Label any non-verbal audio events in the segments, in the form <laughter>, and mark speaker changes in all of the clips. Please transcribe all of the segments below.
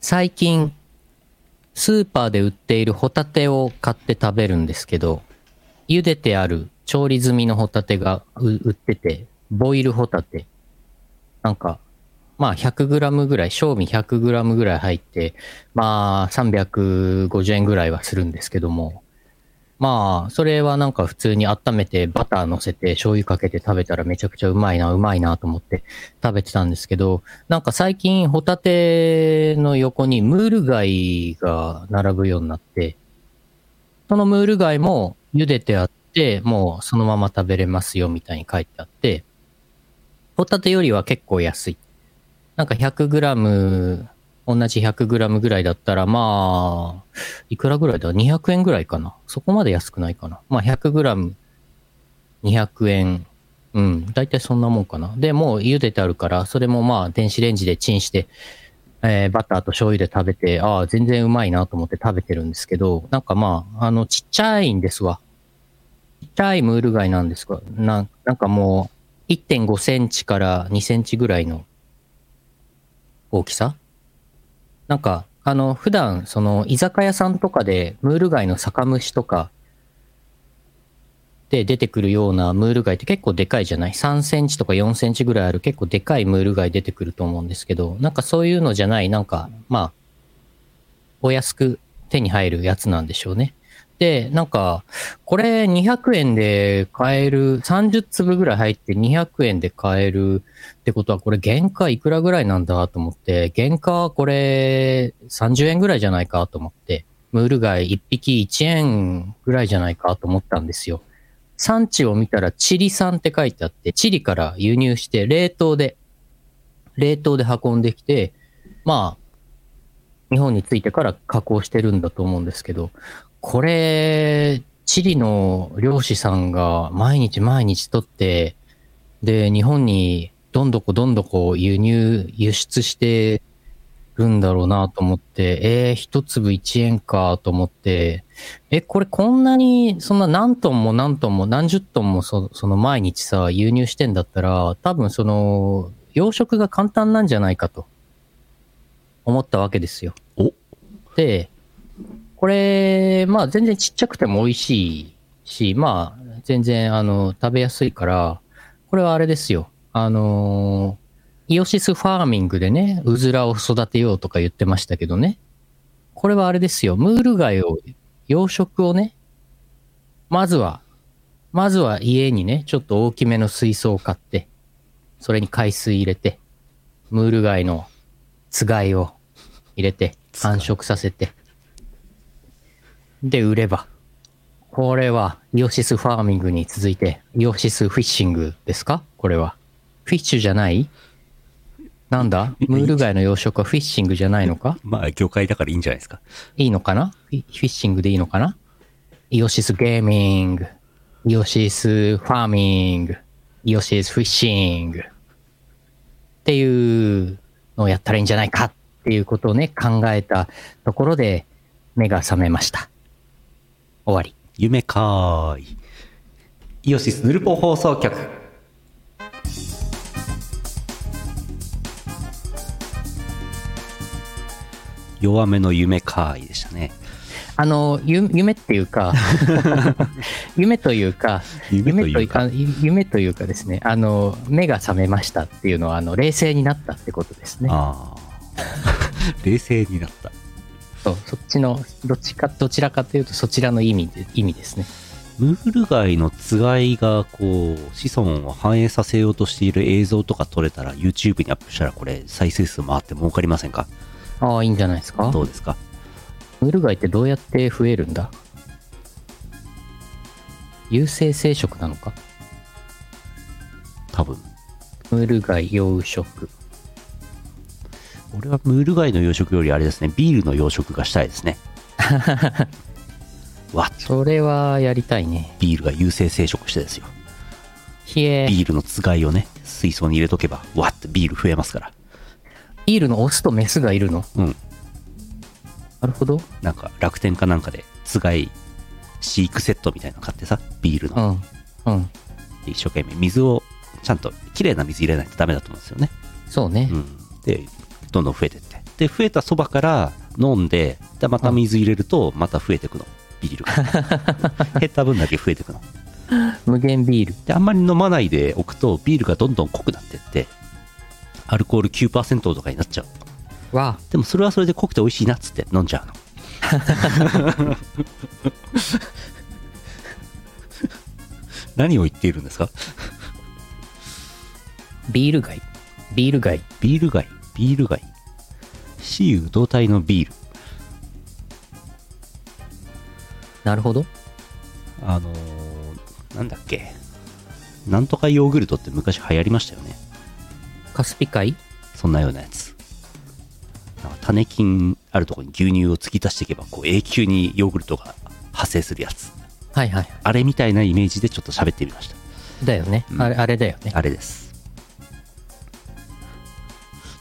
Speaker 1: 最近、スーパーで売っているホタテを買って食べるんですけど、茹でてある調理済みのホタテがう売ってて、ボイルホタテ。なんか、まあ 100g ぐらい、賞味 100g ぐらい入って、まあ350円ぐらいはするんですけども、まあ、それはなんか普通に温めてバター乗せて醤油かけて食べたらめちゃくちゃうまいな、うまいなと思って食べてたんですけど、なんか最近ホタテの横にムール貝が並ぶようになって、そのムール貝も茹でてあって、もうそのまま食べれますよみたいに書いてあって、ホタテよりは結構安い。なんか100グラム、同じ100グラムぐらいだったら、まあ、いくらぐらいだ ?200 円ぐらいかな。そこまで安くないかな。まあ100グラム、200円。うん、大体そんなもんかな。で、もう茹でてあるから、それもまあ電子レンジでチンして、えーバターと醤油で食べて、ああ、全然うまいなと思って食べてるんですけど、なんかまあ、あの、ちっちゃいんですわ。ちっちゃいムール貝なんですが、なんなんかもう、1.5センチから2センチぐらいの大きさなんか、あの、普段、その、居酒屋さんとかで、ムール貝の酒蒸しとか、で出てくるようなムール貝って結構でかいじゃない ?3 センチとか4センチぐらいある結構でかいムール貝出てくると思うんですけど、なんかそういうのじゃない、なんか、まあ、お安く手に入るやつなんでしょうね。で、なんか、これ200円で買える、30粒ぐらい入って200円で買えるってことは、これ原価いくらぐらいなんだと思って、原価はこれ30円ぐらいじゃないかと思って、ムール貝1匹1円ぐらいじゃないかと思ったんですよ。産地を見たらチリ産って書いてあって、チリから輸入して冷凍で、冷凍で運んできて、まあ、日本に着いてから加工してるんだと思うんですけど、これ、チリの漁師さんが毎日毎日取って、で、日本にどんどこどんどこ輸入、輸出してるんだろうなと思って、えー、一粒1円かと思って、え、これこんなに、そんな何トンも何トンも何十トンもそその毎日さ、輸入してんだったら、多分その、養殖が簡単なんじゃないかと、思ったわけですよ。
Speaker 2: お
Speaker 1: で、これ、まあ全然ちっちゃくても美味しいし、まあ全然あの、食べやすいから、これはあれですよ。あのーイオシスファーミングでね、うずらを育てようとか言ってましたけどね。これはあれですよ。ムール貝を、養殖をね、まずは、まずは家にね、ちょっと大きめの水槽を買って、それに海水入れて、ムール貝のつがいを入れて、繁殖させて、で、売れば。これは、イオシスファーミングに続いて、イオシスフィッシングですかこれは。フィッシュじゃないなんだムール貝の養殖はフィッシングじゃないのか
Speaker 2: まあ、業界だからいいんじゃないですか。
Speaker 1: いいのかなフィフィッシングでいいのかなイオシスゲーミング、イオシスファーミング、イオシスフィッシングっていうのをやったらいいんじゃないかっていうことをね、考えたところで目が覚めました。終わり。
Speaker 2: 夢かーい。
Speaker 3: イオシスヌルポ放送局
Speaker 2: 弱めの夢かーいでしたね。
Speaker 1: あの、ゆ夢っていうか、 <laughs> 夢というか、
Speaker 2: 夢というか
Speaker 1: 夢というか夢というかですね、あの、目が覚めましたっていうのは、あの、冷静になったってことですね。
Speaker 2: ああ。 <laughs> 冷静になった。
Speaker 1: そう、そっちの、どっちか、どちらかというと、そちらの意味で、意味ですね。
Speaker 2: ムール貝のつがいが、こう、子孫を反映させようとしている映像とか撮れたら、YouTube にアップしたら、これ、再生数回って儲かりませんか
Speaker 1: ああ、いいんじゃないですか。
Speaker 2: どうですか
Speaker 1: ムール貝ってどうやって増えるんだ有性生殖なのか
Speaker 2: 多分。
Speaker 1: ムール貝養殖。
Speaker 2: 俺はムール貝の養殖よりあれですね、ビールの養殖がしたいで
Speaker 1: <laughs>
Speaker 2: すね。わっ
Speaker 1: それはやりたいね。
Speaker 2: ビールが優性生殖してですよ。
Speaker 1: ひえ、
Speaker 2: ビールのつがいをね、水槽に入れとけば、わってビール増えますから。
Speaker 1: ビールのオスとメスがいるの
Speaker 2: うん。
Speaker 1: なるほど。
Speaker 2: なんか楽天かなんかで、つがい飼育セットみたいなの買ってさ、ビール
Speaker 1: う
Speaker 2: の。
Speaker 1: ん。うん。
Speaker 2: で一生懸命水を、ちゃんと綺麗な水入れないとダメだと思うんですよね。
Speaker 1: そうね。
Speaker 2: うん。で、どんどん増えてって。で増えたそばから飲んででまた水入れるとまた増えてくのビール
Speaker 1: <laughs>
Speaker 2: が減った分だけ増えてくの
Speaker 1: 無限ビール。
Speaker 2: であんまり飲まないでおくとビールがどんどん濃くなってってアルコール9%とかになっちゃう
Speaker 1: わ
Speaker 2: でもそれはそれで濃くて美味しいなっつって飲んじゃうの何を言っているんですか
Speaker 1: ビール街。ビール街。
Speaker 2: ビール街ビール街雌雄同体のビール
Speaker 1: なるほど。
Speaker 2: あのーなんだっけなんとかヨーグルトって昔流行りましたよね
Speaker 1: カスピ海
Speaker 2: そんなようなやつなんか種菌あるところに牛乳を突き足していけばこう永久にヨーグルトが派生するやつ
Speaker 1: はいはいは
Speaker 2: あれみたいなイメージでちょっと喋ってみました
Speaker 1: い。だよね。
Speaker 2: うん
Speaker 1: あれ、あれだよね。
Speaker 2: あれです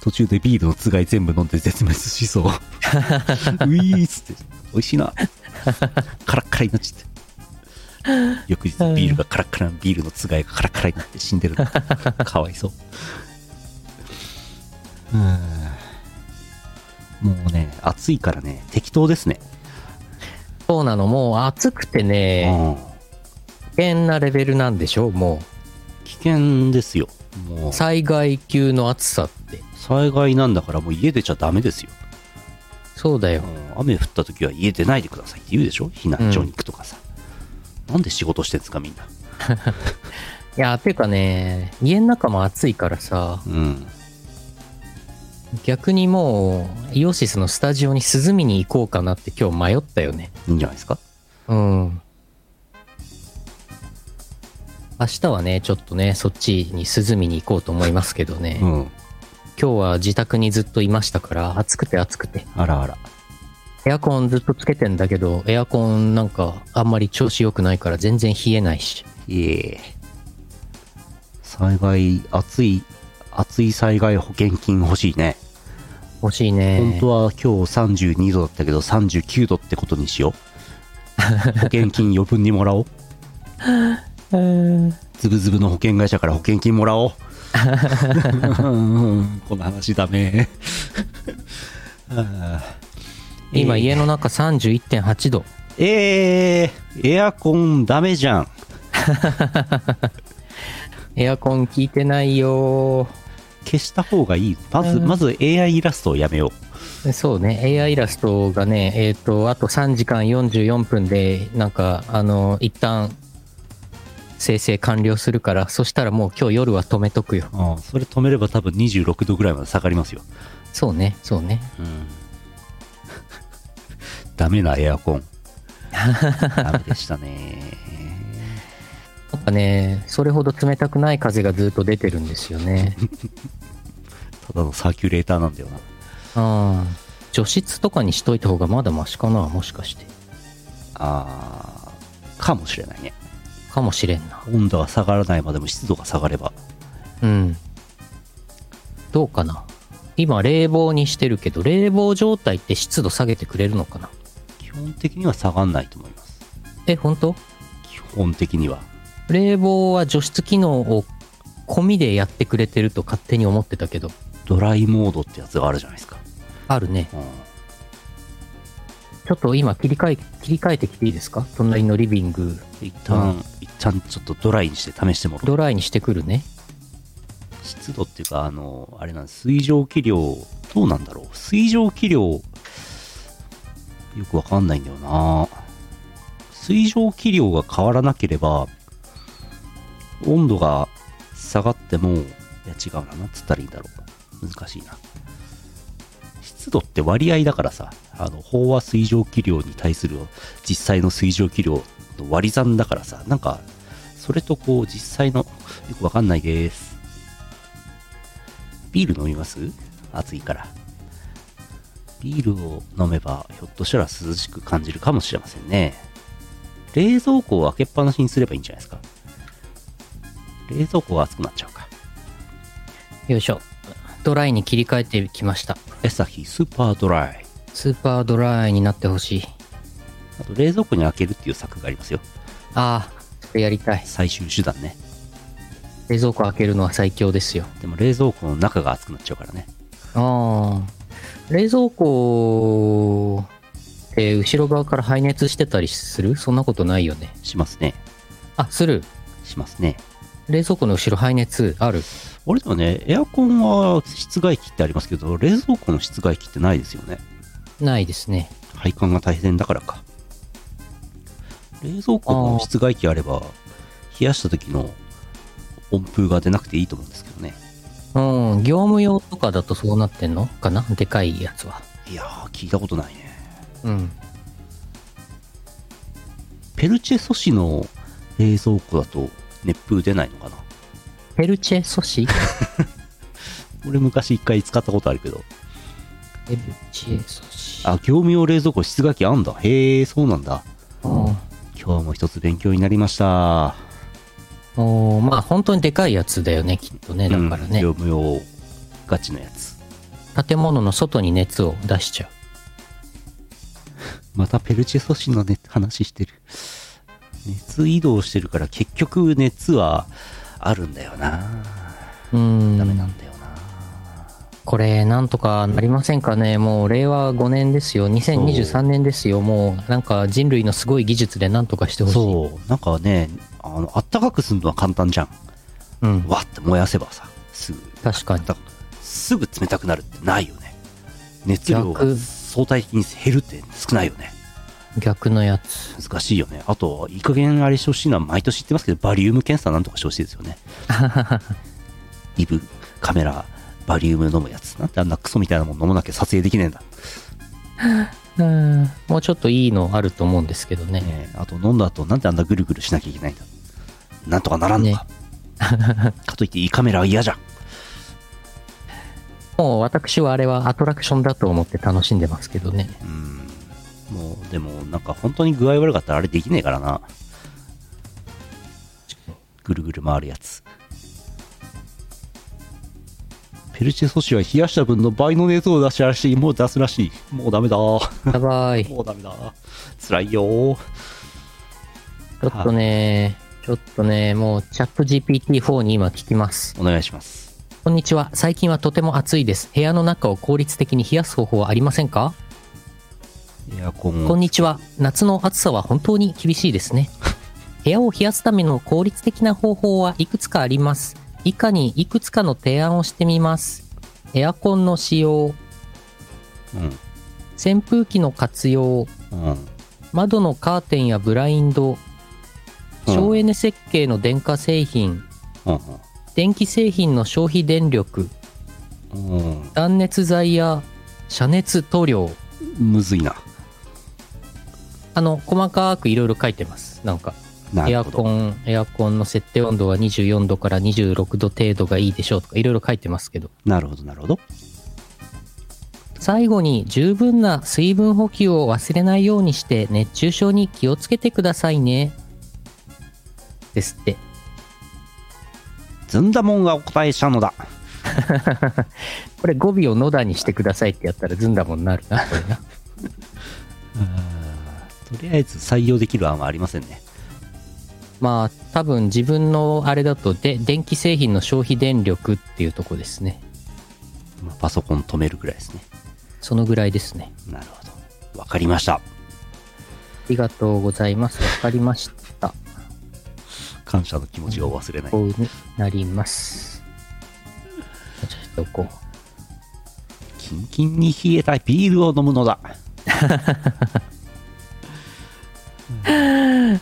Speaker 2: 途中でビールのつがい全部飲んで絶滅し <laughs> そうういーっつって美味しいなカラッカラになっちゃって翌日ビールがカラッカラビールのつがいがカラッカラになって死んでるのかわいそううーんもうね暑いからね適当ですね、
Speaker 1: そうなの、もう暑くてね、
Speaker 2: うん
Speaker 1: 危険なレベルなんでしょも
Speaker 2: 危険ですよもう
Speaker 1: う。災害級の暑さって。
Speaker 2: 災害なんだからもう家出ちゃダメですよ
Speaker 1: そうだよ。
Speaker 2: うん雨降った時は家出ないでくださいって言うでしょ避難所に行くとかさ、なんで仕事してんすかみんな、
Speaker 1: いや、てかね、家の中も暑いからさ、
Speaker 2: うん、
Speaker 1: 逆にもう、イオシスのスタジオに涼みに行こうかなって今日迷ったよね。
Speaker 2: いいんじゃないですか
Speaker 1: うん。明日はね、ちょっとね、そっちに涼みに行こうと思いますけどね、
Speaker 2: う
Speaker 1: 今
Speaker 2: ん
Speaker 1: 日は自宅にずっといましたから、暑くて暑くて。
Speaker 2: あらあら
Speaker 1: エアコンずっとつけてんだけど、エアコンなんかあんまり調子良くないから全然冷えないし。
Speaker 2: いえ災害暑い暑い災害保険金欲しいね、
Speaker 1: 欲しいね。
Speaker 2: 本当は今日32度だったけど39度ってことにしよ <laughs> う保険金余分にもらおう
Speaker 1: うーん
Speaker 2: ズブズブの保険会社から保険金も <laughs> らおう。この話ダメ。あー
Speaker 1: 今
Speaker 2: えー
Speaker 1: 家の中31.8度。
Speaker 2: えー、エアコンダメじゃん。
Speaker 1: エアコン効いてないよ
Speaker 2: 消した方がいい。まず、
Speaker 1: うん
Speaker 2: まず AI イラストをやめよ
Speaker 1: そうね、AI イラストがね、えっ、と、あと3時間44分で、なんか、あの、一旦、生成完了するから、そしたらもう今日夜は止めとくよ。
Speaker 2: う。うん、それ止めれば多分26度ぐらいまで下がりますよ。
Speaker 1: そうね、そうね。
Speaker 2: うん。 <laughs> ダメなエア <laughs> コン。ダメでしたね。
Speaker 1: なんかね、それほど冷たくない風がずっと出てるんですよ
Speaker 2: <laughs>
Speaker 1: ね。
Speaker 2: ただのサーキュレーターなんだよな。
Speaker 1: うん。除湿とかにしといた方がまだマシかな、もしかして。
Speaker 2: あー、かもしれないね。
Speaker 1: かもしれんな。
Speaker 2: 温度が下がらないまでも湿度が下がれば
Speaker 1: うん。どうかな。今、冷房にしてるけど、冷房状態って湿度下げてくれるのかな
Speaker 2: 基本的には下がんないと思います
Speaker 1: え、本当
Speaker 2: 基本的には
Speaker 1: 冷房は除湿機能を込みでやってくれてると勝手に思ってたけど
Speaker 2: ドライモードってやつがあるじゃないですか、
Speaker 1: あるね
Speaker 2: うん、
Speaker 1: ちょっと今切り替え切り替えてきていいですか隣のリビング
Speaker 2: 一旦、一旦ちょっとドライにして試してもらおう
Speaker 1: ドライにしてくるね
Speaker 2: 湿度っていうかあのあれなんです水蒸気量どうなんだろう水蒸気量よくわかんないんだよな水蒸気量が変わらなければ温度が下がってもいや違うななんつったらいいんだろう難しいな湿度って割合だからさあの飽和水蒸気量に対する実際の水蒸気量の割り算だからさなんかそれとこう実際のよくわかんないですビール飲みます暑いから。ビールを飲めば、ひょっとしたら涼しく感じるかもしれませんね。冷蔵庫を開けっぱなしにすればいいんじゃないですか。冷蔵庫は熱くなっちゃうか。
Speaker 1: よいしょドライに切り替えてきました
Speaker 2: エサヒスーパードライ。
Speaker 1: スーパードライになってほしい
Speaker 2: あと、冷蔵庫に開けるっていう策がありますよ。
Speaker 1: ああそれやりたい
Speaker 2: 最終手段ね。
Speaker 1: 冷蔵庫開けるのは最強ですよ
Speaker 2: でも、冷蔵庫の中が熱くなっちゃうからね。
Speaker 1: ああ冷蔵庫って後ろ側から排熱してたりするそんなことないよね。
Speaker 2: しますね。
Speaker 1: あ、する。
Speaker 2: しますね。
Speaker 1: 冷蔵庫の後ろ排熱ある。
Speaker 2: あれだよね、エアコンは室外機ってありますけど、冷蔵庫の室外機ってないですよね。
Speaker 1: ないですね。
Speaker 2: 配管が大変だからか。冷蔵庫の室外機あれば、冷やした時の温風が出なくていいと思うんですけどね。
Speaker 1: うん、業務用とかだとそうなってんのかなでかいやつは。
Speaker 2: いやー、聞いたことないね。
Speaker 1: うん。
Speaker 2: ペルチェ素子の冷蔵庫だと熱風出ないのかな
Speaker 1: ペルチェ素子
Speaker 2: 俺昔一回使ったことあるけど。
Speaker 1: ペルチェ素子。
Speaker 2: あ、業務用冷蔵庫室外機あんだ。へえ、そうなんだ。
Speaker 1: うん
Speaker 2: 今日も一つ勉強になりました。
Speaker 1: おーまあ本当にでかいやつだよね、きっとね。だからね、
Speaker 2: うん業務用ガチのやつ。
Speaker 1: 建物の外に熱を出しちゃう。
Speaker 2: またペルチェ素子の、ね、話してる。熱移動してるから結局熱はあるんだよな。
Speaker 1: うーん。
Speaker 2: ダメなんだよな。
Speaker 1: これ、なんとかなりませんかね。もう、令和5年ですよ。2023年ですよ。もう、なんか人類のすごい技術でなんとかしてほしい。
Speaker 2: そう、なんかね、あの、あったかくするのは簡単じゃん。
Speaker 1: う。ん。
Speaker 2: わって燃やせばさ、すぐ、
Speaker 1: 確かに。
Speaker 2: だすぐ冷たくなるってないよね。熱量が
Speaker 1: 逆
Speaker 2: 相対的に減るって少ないよね。
Speaker 1: 逆のやつ。
Speaker 2: 難しいよね。あと、いい加減あれしてほしいのは毎年言ってますけど、バリウム検査なんとかしてほしいですよ <laughs> ね。イブ、カメラ、バリウム飲むやつ。なんであんなクソみたいなもん飲まなきゃ撮影できねえんだ。
Speaker 1: うん。もうちょっといいのあると思うんですけどね。
Speaker 2: ねえあと飲んだ後、なんであんなぐるぐるしなきゃいけないんだ。なんとかならんのか。かといっていいカメラは嫌じゃん。
Speaker 1: もう、私はあれはアトラクションだと思って楽しんでますけど
Speaker 2: <laughs>
Speaker 1: ね。
Speaker 2: うん。もう、でも、なんか本当に具合悪かったらあれできねえからな。ぐるぐる回るやつ。ペルチェ素子は冷やした分の倍の熱を出したらしい。もう出すらしい。もうダメだ。も
Speaker 1: やばい。ち
Speaker 2: うダメだ。辛いよ。
Speaker 1: ょっとね、ちょっとね、もう、チャット GPT4 に今聞きます。
Speaker 2: お願いします。
Speaker 1: こんにちは。最近はとても暑いです。部屋の中を効率的に冷やす方法はありませんか、
Speaker 2: エアコン
Speaker 1: こん
Speaker 2: を
Speaker 1: にちは。夏の暑さは本当に厳しいです
Speaker 2: <laughs>
Speaker 1: ね。部屋を冷やすための効率的な方法はいくつかあります。以下にいくつかの提案をしてみます。エアコンの使用、
Speaker 2: うん。
Speaker 1: 扇風機の活用、
Speaker 2: うん。
Speaker 1: 窓のカーテンやブラインド、
Speaker 2: うん
Speaker 1: 省エネ設計の電化製品、
Speaker 2: う
Speaker 1: 電気製品の消費電力、
Speaker 2: んうん。うん
Speaker 1: 断熱材や遮熱塗料、
Speaker 2: むずいな。
Speaker 1: あの、細かくいろいろ書いてます。なんか、
Speaker 2: な
Speaker 1: エ
Speaker 2: る
Speaker 1: ア
Speaker 2: ほど。
Speaker 1: コン、エアコンの設定温度は24度から26度程度がいいでしょうとか、いろいろ書いてますけど。
Speaker 2: なるほど、なるほど。
Speaker 1: 最後に、十分な水分補給を忘れないようにして、熱中症に気をつけてくださいね。ですって。
Speaker 2: ずんだもんがお答えしたのだ。
Speaker 1: これ語尾を野田にしてくださいってやったらずんだもんなるな、こ <laughs> れな。
Speaker 2: とりあえず採用できる案はありませんね。
Speaker 1: まあ、多分自分のあれだと、で、電気製品の消費電力っていうとこですね。
Speaker 2: まあパソコン止めるくらいですね。
Speaker 1: そのぐらいですね。
Speaker 2: なるほど。わかりました。
Speaker 1: ありがとうございます。わかりました。
Speaker 2: 感謝の気持ちを忘れない。
Speaker 1: こうになります。ちょっとこう。
Speaker 2: キンキンに冷えたビールを飲むのだ。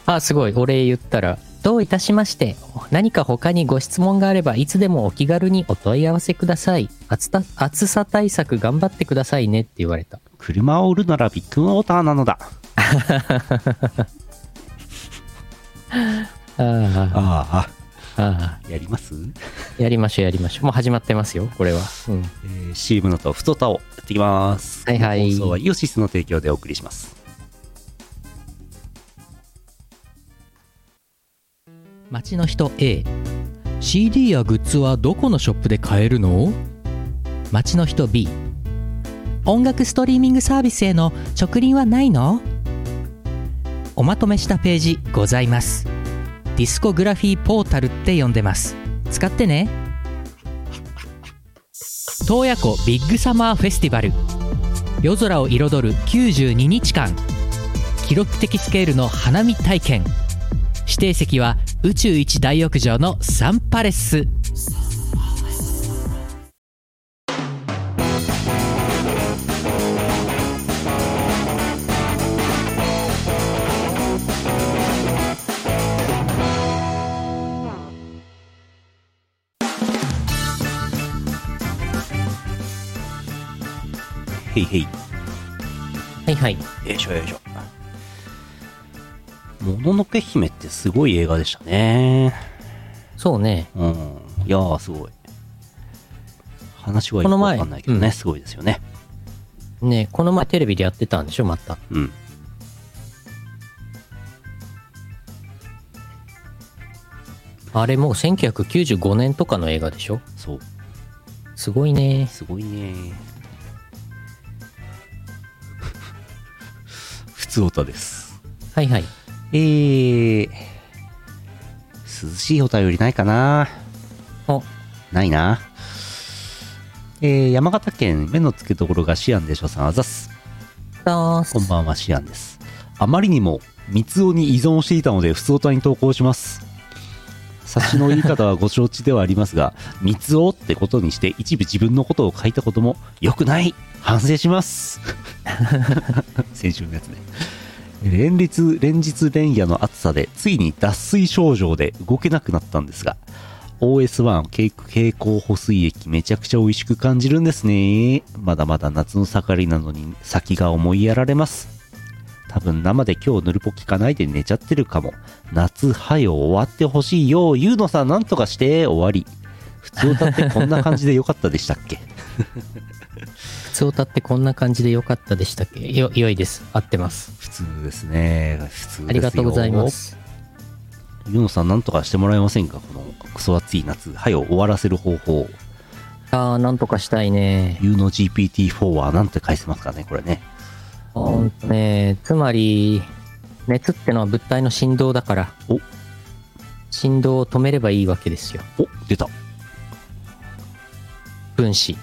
Speaker 1: あ、すごい。お礼言ったら。どういたしまして、何か他にご質問があれば、いつでもお気軽にお問い合わせください。暑た暑さ対策頑張ってくださいねって言われた。
Speaker 2: 車を売るならビッグモーターなのだ。
Speaker 1: あ
Speaker 2: あ
Speaker 1: あ、あ
Speaker 2: あ、やります、
Speaker 1: あ。やりましょう、やりましょう。もう始まってますよ、これは。うん。
Speaker 2: えー、?CM のとふとたをやってきます。
Speaker 1: はいはい
Speaker 2: 放送はイオシスの提供でお送りします。
Speaker 1: 街の人 A CD やグッズはどこのショップで買えるの街の人 B 音楽ストリーミングサービスへの直輪はないのおまとめしたページございますディスコグラフィーポータルって呼んでます使ってね洞爺湖ビッグサマーフェスティバル
Speaker 4: 夜空を彩る92日間記録的スケールの花見体験指定席は宇宙一大浴場のサンパレス
Speaker 2: へいへい。
Speaker 1: はいはい。
Speaker 2: よいしょよいしょ。もののけ姫ってすごい映画でしたね。
Speaker 1: そうね。
Speaker 2: うん。いやー、すごい。話
Speaker 1: こ
Speaker 2: はよく
Speaker 1: の前
Speaker 2: わかんないけどね、
Speaker 1: うん
Speaker 2: すごいですよね。
Speaker 1: ねこの前テレビでやってたんでしょ、また。
Speaker 2: うん。
Speaker 1: あれもう1995年とかの映画でしょ
Speaker 2: そう。
Speaker 1: すごいね。
Speaker 2: すごいね。 <laughs> 普通歌です。
Speaker 1: はいはい。
Speaker 2: えー、涼しいお便りないかな
Speaker 1: お、
Speaker 2: ないな。えー、山形県目の付けどころがシアンでしょさん、あざっす。
Speaker 1: ダース
Speaker 2: こんばんは、シアンです。あまりにも、三つおに依存していたので、普通歌に投稿します。察しの言い方はご承知ではありますが、三つおってことにして、一部自分のことを書いたことも、良くない反省します先週のやつね。連日、連日連夜の暑さで、ついに脱水症状で動けなくなったんですが、OS1 経経口補水液めちゃくちゃ美味しく感じるんですねまだまだ夏の盛りなのに先が思いやられます多分生で今日ぬるぽ聞かないで寝ちゃってるかも夏はよ終わってほしいよゆうのさんなんとかして終わり普通歌ってこんな感じでよかったでしたっけ
Speaker 1: 普通歌ってこんな感じでよかったでしたっけよ、良いです。合ってます。
Speaker 2: <laughs> 普通ですね普通ですよ
Speaker 1: ありがとうございます。
Speaker 2: ゆうのさんなんとかしてもらえませんかこのクソ暑い夏はよ終わらせる方法
Speaker 1: あー、なんとかしたいね。
Speaker 2: ゆうの GPT4 はなんて返せますかねこれね
Speaker 1: ほんとね。つまり、熱ってのは物体の振動だから
Speaker 2: お、
Speaker 1: 振動を止めればいいわけですよ。
Speaker 2: お出た
Speaker 1: 分子、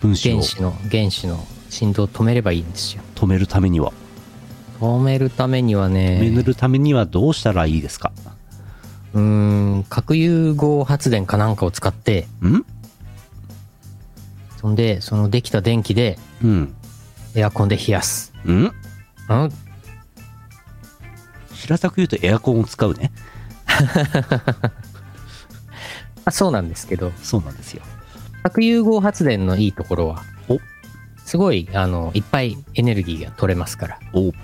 Speaker 2: 分子を
Speaker 1: 原子の、原子の振動を止めればいいんですよ。
Speaker 2: 止めるためには
Speaker 1: 止めるためにはね、
Speaker 2: 止めるためにはどうしたらいいですか
Speaker 1: うーん、核融合発電かなんかを使って、
Speaker 2: ん
Speaker 1: そんで、そのできた電気で
Speaker 2: うん
Speaker 1: エアコンで冷やす。
Speaker 2: うん
Speaker 1: うん
Speaker 2: 平たく言うとエアコンを使うね
Speaker 1: あそうなんですけど、
Speaker 2: そうなんですよ
Speaker 1: 核融合発電のいいところは、
Speaker 2: お
Speaker 1: すごい、あの、いっぱいエネルギーが取れますから、
Speaker 2: お
Speaker 1: こ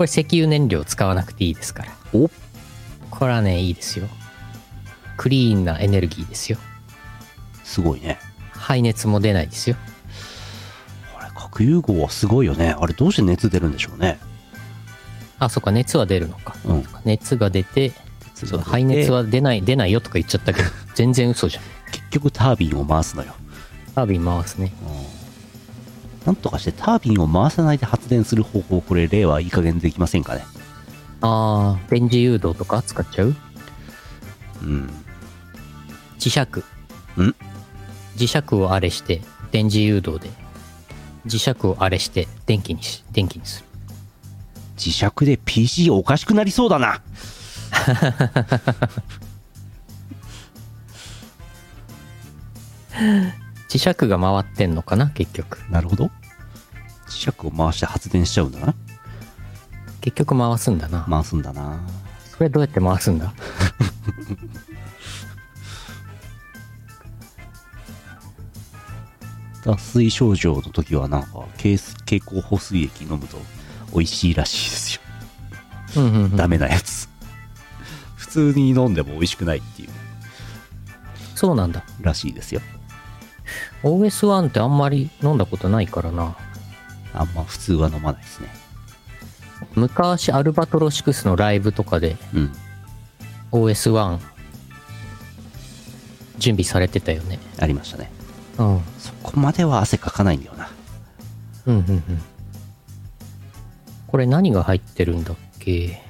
Speaker 1: れ石油燃料使わなくていいですから、
Speaker 2: お
Speaker 1: これはね、いいですよ。クリーンなエネルギーですよ。
Speaker 2: すごいね
Speaker 1: 排熱も出ないですよ。
Speaker 2: これ核融合はすごいよねあれどうして熱出るんでしょうね
Speaker 1: あ、そっか、熱は出るのか。
Speaker 2: うん
Speaker 1: 熱が出て、そう排熱は出ない、出ないよとか言っちゃった
Speaker 2: <laughs>
Speaker 1: けど、全然嘘じゃん。
Speaker 2: 結局タービンを回すのよ、
Speaker 1: タービン回すね。
Speaker 2: うん、なんとかしてタービンを回さないで発電する方法これ例はいい加減できませんかね
Speaker 1: あー、電磁誘導とか使っちゃう
Speaker 2: うん
Speaker 1: 磁石。
Speaker 2: ん
Speaker 1: 磁石をあれして、電磁誘導で。磁石をあれして、電気にし、電気にする。
Speaker 2: 磁石で PC おかしくなりそうだな
Speaker 1: 磁石が回ってんのかな、結局。
Speaker 2: なるほど磁石を回して発電しちゃうんだな
Speaker 1: 結局回すんだな。
Speaker 2: 回すんだな
Speaker 1: それどうやって回すんだ
Speaker 2: 脱水症状の時はなんか経経口補水液飲むと美味しいらしいですよ、
Speaker 1: うんうんうん
Speaker 2: ダメなやつ <laughs> 普通に飲んでも美味しくないっていう
Speaker 1: そうなんだ。
Speaker 2: らしいですよ
Speaker 1: OS1 ってあんまり飲んだことないからな。
Speaker 2: あんま普通は飲まないですね
Speaker 1: 昔、アルバトロシクスのライブとかで
Speaker 2: うん
Speaker 1: OS1 準備されてたよね。
Speaker 2: ありましたね
Speaker 1: うん。うん
Speaker 2: そこまでは汗かかないんだよな
Speaker 1: うんうん。これ何が入ってるんだっけ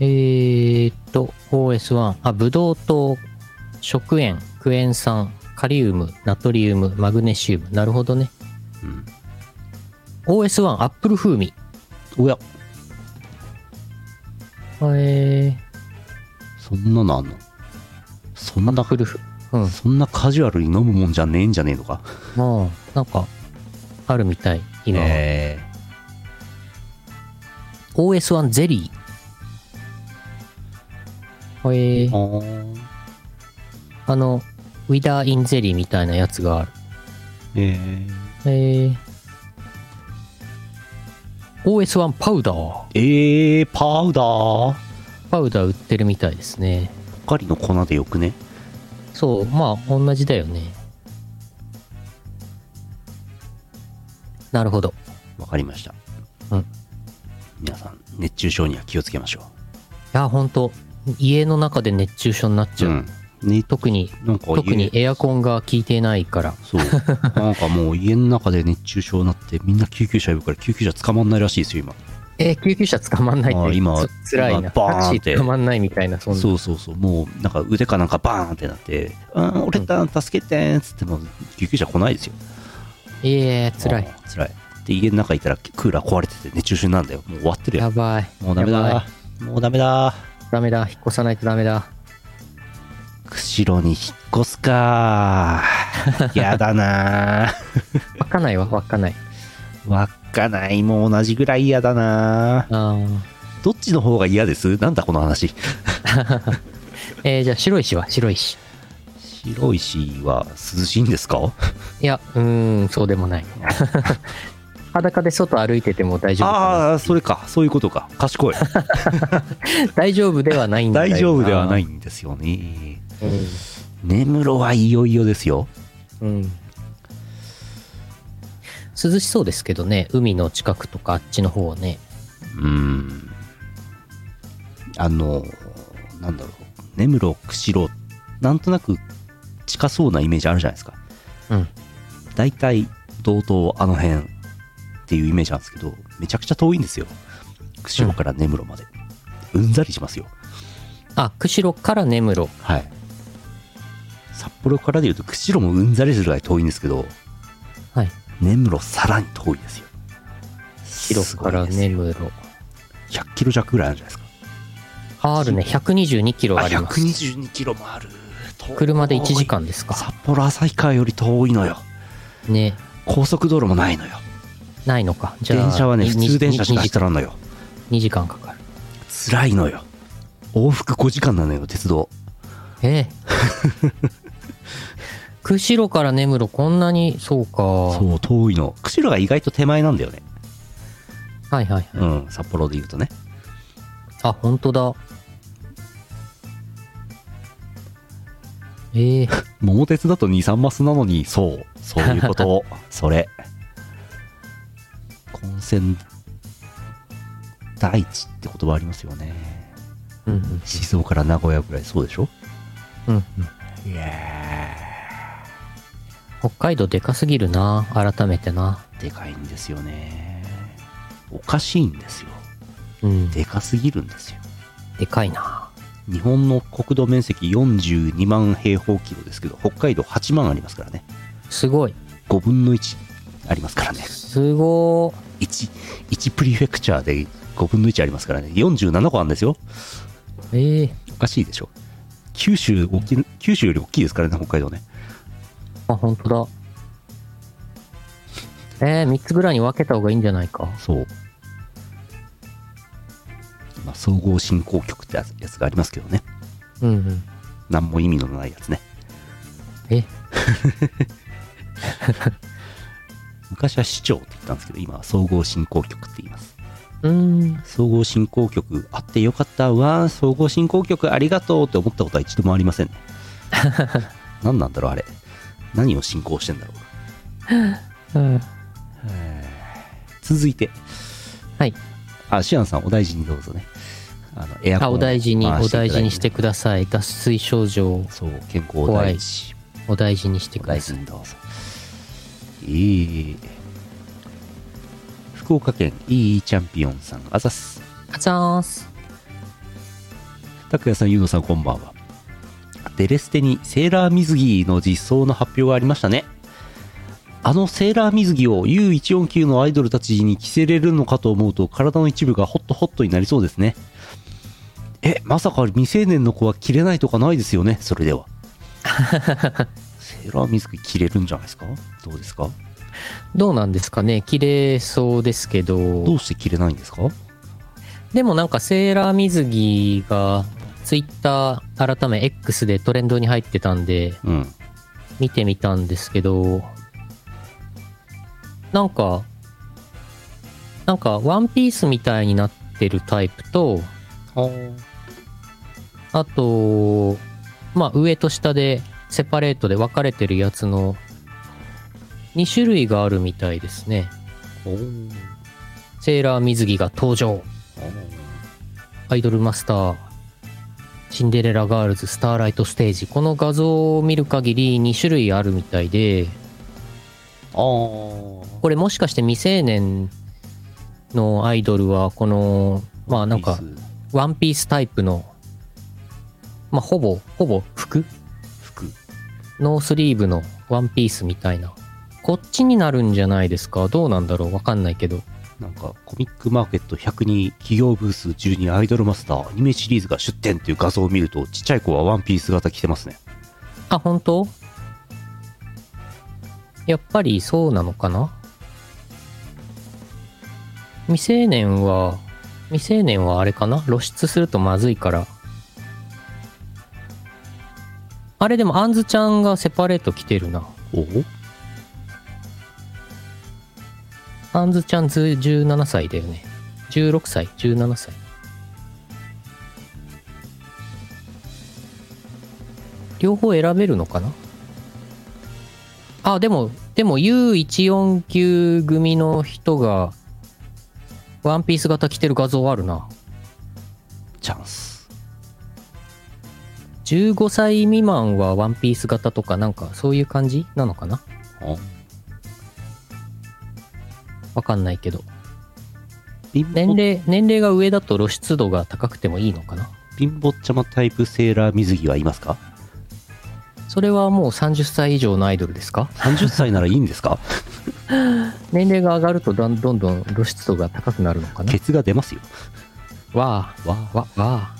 Speaker 1: えーっと、OS1。あ、ブドウ糖、食塩、クエン酸、カリウム、ナトリウム、マグネシウム。なるほどね。
Speaker 2: うん。
Speaker 1: OS1、アップル風味。
Speaker 2: おや、
Speaker 1: え
Speaker 2: そんなのあんのそんな、
Speaker 1: ー、フルフ。うん。あ
Speaker 2: そんなカジュアルに飲むもんじゃねえんじゃねえのか。
Speaker 1: あ、なんか、あるみたい、今は。
Speaker 2: え
Speaker 1: OS1 ゼリー。えー、
Speaker 2: ー。あー
Speaker 1: あの、ウィダーインゼリーみたいなやつがある。
Speaker 2: えー。
Speaker 1: えー、OS1 パウダー。
Speaker 2: えー、パウダー。
Speaker 1: パウダー売ってるみたいですね。
Speaker 2: ポカリの粉でよくね。
Speaker 1: そう、まあ、同じだよね。なるほど。
Speaker 2: わかりました。
Speaker 1: うん。
Speaker 2: 皆さん、熱中症には気をつけましょ
Speaker 1: いや、ほんと、家の中で熱中症になっ
Speaker 2: う。
Speaker 1: ちゃう。
Speaker 2: ん。ね、
Speaker 1: 特に、
Speaker 2: なんか家
Speaker 1: 特にエアコンが効いてないから。 <laughs>
Speaker 2: そう。なんかもう家の中で熱中症になって、みんな救急車呼ぶから救急車捕まんないらしいですよ、今。
Speaker 1: えー救急車捕まんないっ
Speaker 2: あー
Speaker 1: て
Speaker 2: 今
Speaker 1: つ辛い
Speaker 2: 今
Speaker 1: な。
Speaker 2: バーン
Speaker 1: タクシ
Speaker 2: って
Speaker 1: ー捕まんないみたいな、そんな。
Speaker 2: そうそうそう。もう、なんか腕かなんかバーンってなって、あー、俺だ、助けてーっつっても、救急車来ないですよ。
Speaker 1: いえ、辛い。
Speaker 2: あー。辛い。で、家の中いたらクーラー壊れてて熱中症になるんだよ。もう終わってる
Speaker 1: や
Speaker 2: よ。
Speaker 1: ばい。
Speaker 2: もうダメ
Speaker 1: やば
Speaker 2: だ
Speaker 1: い。
Speaker 2: もうダメだ。
Speaker 1: ダメだ。引っ越さないとダメだ。
Speaker 2: 釧路に引っ越すか
Speaker 1: <laughs>
Speaker 2: ー。やだなー。
Speaker 1: かないわ、かない。
Speaker 2: 稚内も同じぐらい嫌だな
Speaker 1: あ
Speaker 2: どっちの方が嫌ですなんだこの話
Speaker 1: ーえーじゃあ、白石は白石。
Speaker 2: 白石は涼しいんですか
Speaker 1: いや、うーん、そうでもない。 <laughs> 裸で外歩いてても大丈夫か
Speaker 2: ああそれかそういうことか賢い
Speaker 1: な。大丈夫ではないんだよ
Speaker 2: <laughs> 大
Speaker 1: な
Speaker 2: 丈夫ではな。いんですよね
Speaker 1: う
Speaker 2: 根室はいよいよですよ
Speaker 1: ん。うん涼しそうですけどね、海の近くとかあっちの方はね。
Speaker 2: うーんあのなんだろう根室釧路なんとなく近そうなイメージあるじゃないですか
Speaker 1: うん。
Speaker 2: 大体道東あの辺っていうイメージなんですけどめちゃくちゃ遠いんですよ釧路から根室まで、うん、ざりしますよ
Speaker 1: あ、釧路から根室。
Speaker 2: はい札幌からでいうと釧路もうんざりするぐらい遠いんですけど
Speaker 1: はい。
Speaker 2: 根室さらに遠いですよ
Speaker 1: 釧路から根
Speaker 2: ね
Speaker 1: 室。
Speaker 2: 100キロ弱ぐらいあるじゃないですか
Speaker 1: あるね、122キロあり
Speaker 2: あ
Speaker 1: ます。
Speaker 2: 122キロもある遠い
Speaker 1: 車で1時間ですか。
Speaker 2: 札幌旭川より遠いのよ
Speaker 1: ね。
Speaker 2: 高速道路もないのよ
Speaker 1: ないのか。じゃあ、
Speaker 2: 電車はね
Speaker 1: に
Speaker 2: 普通電車しか
Speaker 1: に
Speaker 2: 走
Speaker 1: に
Speaker 2: らんのよ
Speaker 1: 2時間かかる。
Speaker 2: 辛いのよ往復5時間なのよ鉄道
Speaker 1: え <laughs> え。釧路から根室、こんなに、そうか。
Speaker 2: そう遠いの釧路が意外と手前なんだよね
Speaker 1: はいはいはい。
Speaker 2: うん札幌で言うとね
Speaker 1: あ、本当だ。ええ
Speaker 2: 桃鉄だと23マスなのにそうそういうこと
Speaker 1: <laughs>
Speaker 2: それ混戦大地って言葉ありますよね
Speaker 1: うんうん
Speaker 2: 静岡から名古屋ぐらいそうでしょ
Speaker 1: うんうん。北海道でかすぎるな、改めてな。
Speaker 2: でかいんですよねおかしいんですよ
Speaker 1: うん、で
Speaker 2: でかすぎるんですよ
Speaker 1: でかいな。
Speaker 2: 日本の国土面積42万平方キロですけど北海道8万ありますからね
Speaker 1: すごい。
Speaker 2: 5分の1ありますからね
Speaker 1: すご
Speaker 2: 1, 1プリフェクチャーで5分の1ありますからね47個あるんですよ
Speaker 1: ー。ええ
Speaker 2: おかしいでしょ九州大きい九州より大きいですからね北海道ね
Speaker 1: あ、本当だ。えー、3つぐらいに分けた方がいいんじゃないか。
Speaker 2: そう、まあ、総合振興局ってやつやつがありますけどね
Speaker 1: うんうん。
Speaker 2: 何も意味のないやつね
Speaker 1: え、
Speaker 2: 昔は市長って言ったんですけど今は総合振興局って言います
Speaker 1: うーん。
Speaker 2: 総合振興局あってよかったわ総合振興局ありがとうって思ったことは一度もあり
Speaker 1: <laughs>
Speaker 2: ませんね何なんだろうあれ何を振興してんだ
Speaker 1: う
Speaker 2: ろう
Speaker 1: ん。
Speaker 2: 続いて
Speaker 1: はい
Speaker 2: あシアンさんお大事にどうぞねあのエアコン
Speaker 1: あ、お大事に、
Speaker 2: 回
Speaker 1: お
Speaker 2: いただい
Speaker 1: 大事にしてください。脱水症状、
Speaker 2: そう健康を大事
Speaker 1: お大事にして
Speaker 2: お
Speaker 1: くだ
Speaker 2: 大
Speaker 1: さ
Speaker 2: 事
Speaker 1: い。
Speaker 2: にどうぞいい福岡県いいチャンピオンさんあざっす
Speaker 1: あざーす。
Speaker 2: 拓也さんゆうのさんこんばんはデレステにセーラー水着の実装の発表がありましたね。あのセーラー水着を U149 のアイドルたちに着せれるのかと思うと体の一部がホットホットになりそうですね。え、まさか未成年の子は着れないとかないですよね、そ
Speaker 1: <laughs>
Speaker 2: れでは。セーラー水着着れるんじゃないですかどうですか
Speaker 1: どうなんですかね綺麗そうですけ
Speaker 2: ど
Speaker 1: ど
Speaker 2: う、して着れないんですか
Speaker 1: でもなんかセーラー水着が、ツイッター改め X でトレンドに入ってたんで、
Speaker 2: うん。
Speaker 1: 見てみたんですけど、なんか、なんかワンピースみたいになってるタイプと、あと、まあ上と下でセパレートで分かれてるやつの2種類があるみたいですね。セーラー水着が登場。アイドルマスター、シンデレラガールズ、スターライトステージ。この画像を見る限り2種類あるみたいで、
Speaker 2: ああ。
Speaker 1: これもしかして未成年のアイドルは、この、まあなんか、ワンピースタイプの、まあほぼ、ほぼ服
Speaker 2: 服。
Speaker 1: ノースリーブのワンピースみたいな。こっちになるんじゃないですかどうなんだろうわかんないけど。
Speaker 2: なんかコミックマーケット100に企業ブース12アイドルマスターアニメシリーズが出展っていう画像を見るとちっちゃい子はワンピース型着てますね
Speaker 1: あ、本当やっぱりそうなのかな未成年は、未成年はあれかな露出するとまずいから。あれでも、あんずちゃんがセパレート着てるな。
Speaker 2: おお
Speaker 1: あんずちゃんず17歳だよね。16歳、17歳。両方選べるのかなあ、でも、でも U149 組の人が、ワンピース型着てる画像あるな。
Speaker 2: チャンス
Speaker 1: 15歳未満はワンピース型とかなんかそういう感じなのかな
Speaker 2: あ
Speaker 1: わかんないけど。
Speaker 2: 貧乏
Speaker 1: 年齢、年齢が上だと露出度が高くてもいいのかな
Speaker 2: 貧乏ちゃまタイプセーラー水着はいますか
Speaker 1: それはもう30歳以上のアイドルですか
Speaker 2: 30歳ならいいんです <laughs> か
Speaker 1: 年齢が上がるとだんどんどん露出度が高くなるのかな
Speaker 2: ケツが出ますよ
Speaker 1: わ
Speaker 2: わ
Speaker 1: あ、わ、わあ。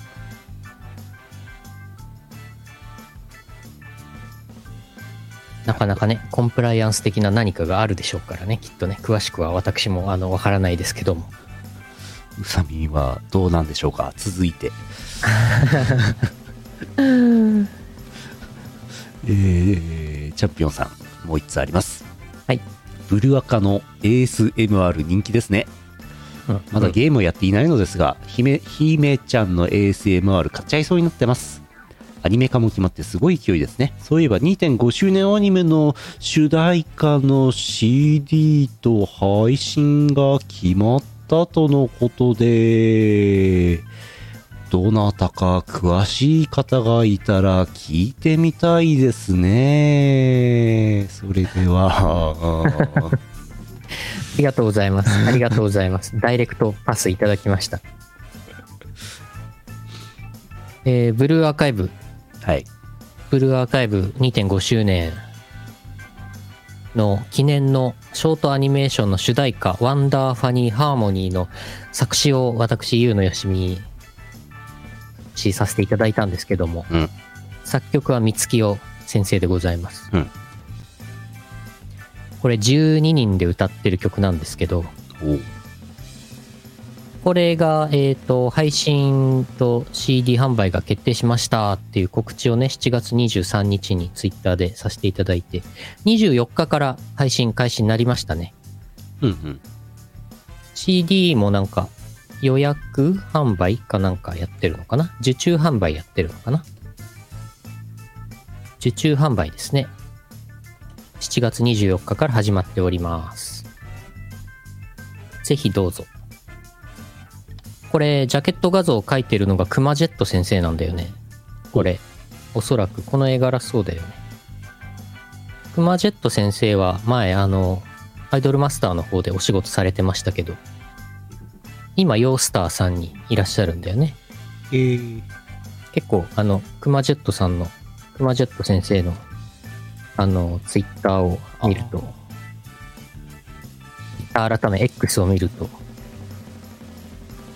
Speaker 1: なかなかね、コンプライアンス的な何かがあるでしょうからね、きっとね、詳しくは私もあのわからないですけども。
Speaker 2: うさみんはどうなんでしょうか続
Speaker 1: <laughs>
Speaker 2: いてえー、チャンピオンさんもう1つあります
Speaker 1: はい
Speaker 2: ブルアカの ASMR 人気ですね
Speaker 1: うん
Speaker 2: まだゲームをやっていないのですが、ひめ、ひめちゃんの ASMR 買っちゃいそうになってます。アニメ化も決まってすごい勢いですね。そういえば2.5周年アニメの主題歌の CD と配信が決まったとのことで、どなたか詳しい方がいたら聞いてみたいですね。それで <laughs> は。
Speaker 1: ありがとうござい <laughs> ます。ありがとうございます。ダイレクトパスいただきました。えー、ブルーアーカイブ
Speaker 2: はい。
Speaker 1: ブルーアーカイブ2.5周年の記念のショートアニメーションの主題歌、ワンダーファニーハーモニーの作詞を私、ゆうのよしみしさせていただいたんですけども、
Speaker 2: うん
Speaker 1: 作曲は三月を先生でございます。
Speaker 2: うん
Speaker 1: これ12人で歌ってる曲なんですけど、
Speaker 2: お
Speaker 1: これが、えっ、と、配信と CD 販売が決定しましたっていう告知をね、7月23日にツイッターでさせていただいて、24日から配信開始になりましたね。
Speaker 2: うんうん。
Speaker 1: CD もなんか予約販売かなんかやってるのかな受注販売やってるのかな受注販売ですね。7月24日から始まっております。ぜひどうぞ。これ、ジャケット画像を描いてるのがクマジェット先生なんだよね。これ、おそらくこの絵柄そうだよね。クマジェット先生は前、あの、アイドルマスターの方でお仕事されてましたけど、今、ヨースターさんにいらっしゃるんだよね。
Speaker 2: えー、
Speaker 1: 結構、あの、クマジェットさんのクマジェット先生の、あの、ツイッターを見ると、改め X を見ると、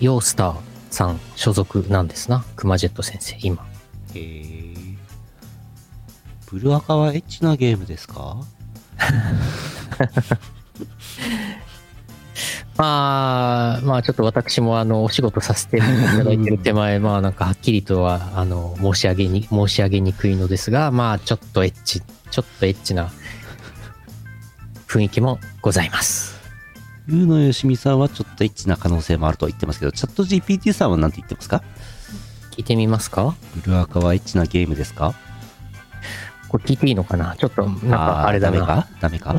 Speaker 1: ヨースターさん所属なんですな、クマジェット先生、今。
Speaker 2: へえ。ブルアカはエッチなゲームですか
Speaker 1: まあ、まあちょっと私もあの、お仕事させていただいてる手前、まあなんかはっきりとは、あの、申し上げに、申し上げにくいのですが、まあちょっとエッチ、ちょっとエッチな雰囲気もございます。
Speaker 2: ゆうのよしみさんはちょっとエッチな可能性もあるとは言ってますけど、チャット GPT さんは何て言ってますか
Speaker 1: 聞いてみますか
Speaker 2: ブルアカはエッチなゲームですか
Speaker 1: これ聞いていいのかなちょっと、なんか
Speaker 2: ー
Speaker 1: あれだ
Speaker 2: ダメ
Speaker 1: な。
Speaker 2: かダメか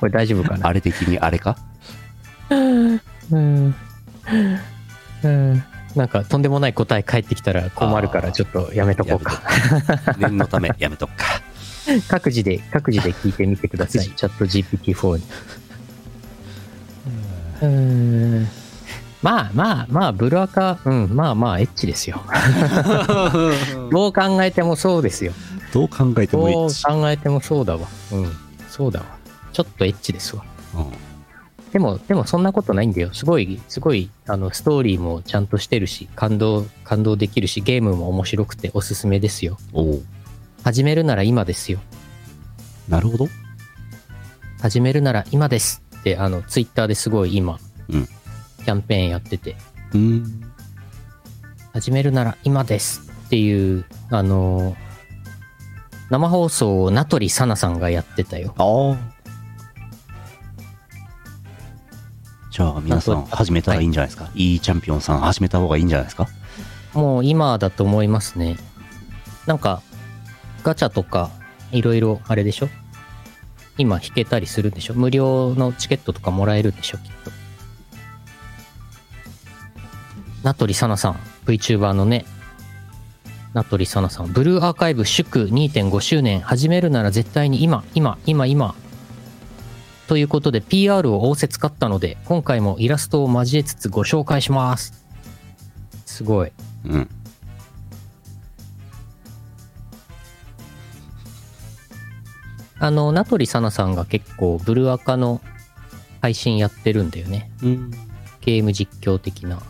Speaker 1: これ大丈夫かな
Speaker 2: あれ的にあれか
Speaker 1: うん。うん。なんかとんでもない答え返ってきたら困るから、
Speaker 2: あー
Speaker 1: ちょっとやめとこうか。
Speaker 2: 念のためやめとく
Speaker 1: <laughs>
Speaker 2: か。
Speaker 1: 各自で、各自で聞いてみてください。
Speaker 2: 各
Speaker 1: チャット GPT-4 に。うーんまあまあまあ、ブルアカ、うん、まあまあ、エッチですよ。どう考えてもそうですよ。
Speaker 2: どう考えてもエ
Speaker 1: ど
Speaker 2: ッ
Speaker 1: う
Speaker 2: チ。
Speaker 1: 考えてもそうだわ。うん、そうだわ。ちょっとエッチですわ。
Speaker 2: うん
Speaker 1: でも、でもそんなことないんだよ。すごい、すごい、あの、ストーリーもちゃんとしてるし、感動、感動できるし、ゲームも面白くておすすめですよ。
Speaker 2: おう
Speaker 1: 始めるなら今ですよ。
Speaker 2: なるほど。
Speaker 1: 始めるなら今ですって、あの、ツイッターですごい今、
Speaker 2: うん
Speaker 1: キャンペーンやってて、
Speaker 2: うん。
Speaker 1: 始めるなら今ですっていう、あのー生放送を名取さなさんがやってたよ。
Speaker 2: ああ。じゃあ皆さん始めたらいいんじゃないですか、い、いチャンピオンさん始めた方がいいんじゃないですか
Speaker 1: もう今だと思いますね。なんか、ガチャとか、いろいろあれでしょ今引けたりするんでしょ無料のチケットとかもらえるんでしょきっと。名取さなさん、VTuber のね、名取さなさん、ブルーアーカイブ祝2.5周年、始めるなら絶対に今、今、今、今。ということで、PR を仰せ使ったので、今回もイラストを交えつつご紹介します。すごい。
Speaker 2: うん。
Speaker 1: あの、名取さなさんが結構ブルアカの配信やってるんだよね。
Speaker 2: うん。
Speaker 1: ゲーム実況的な。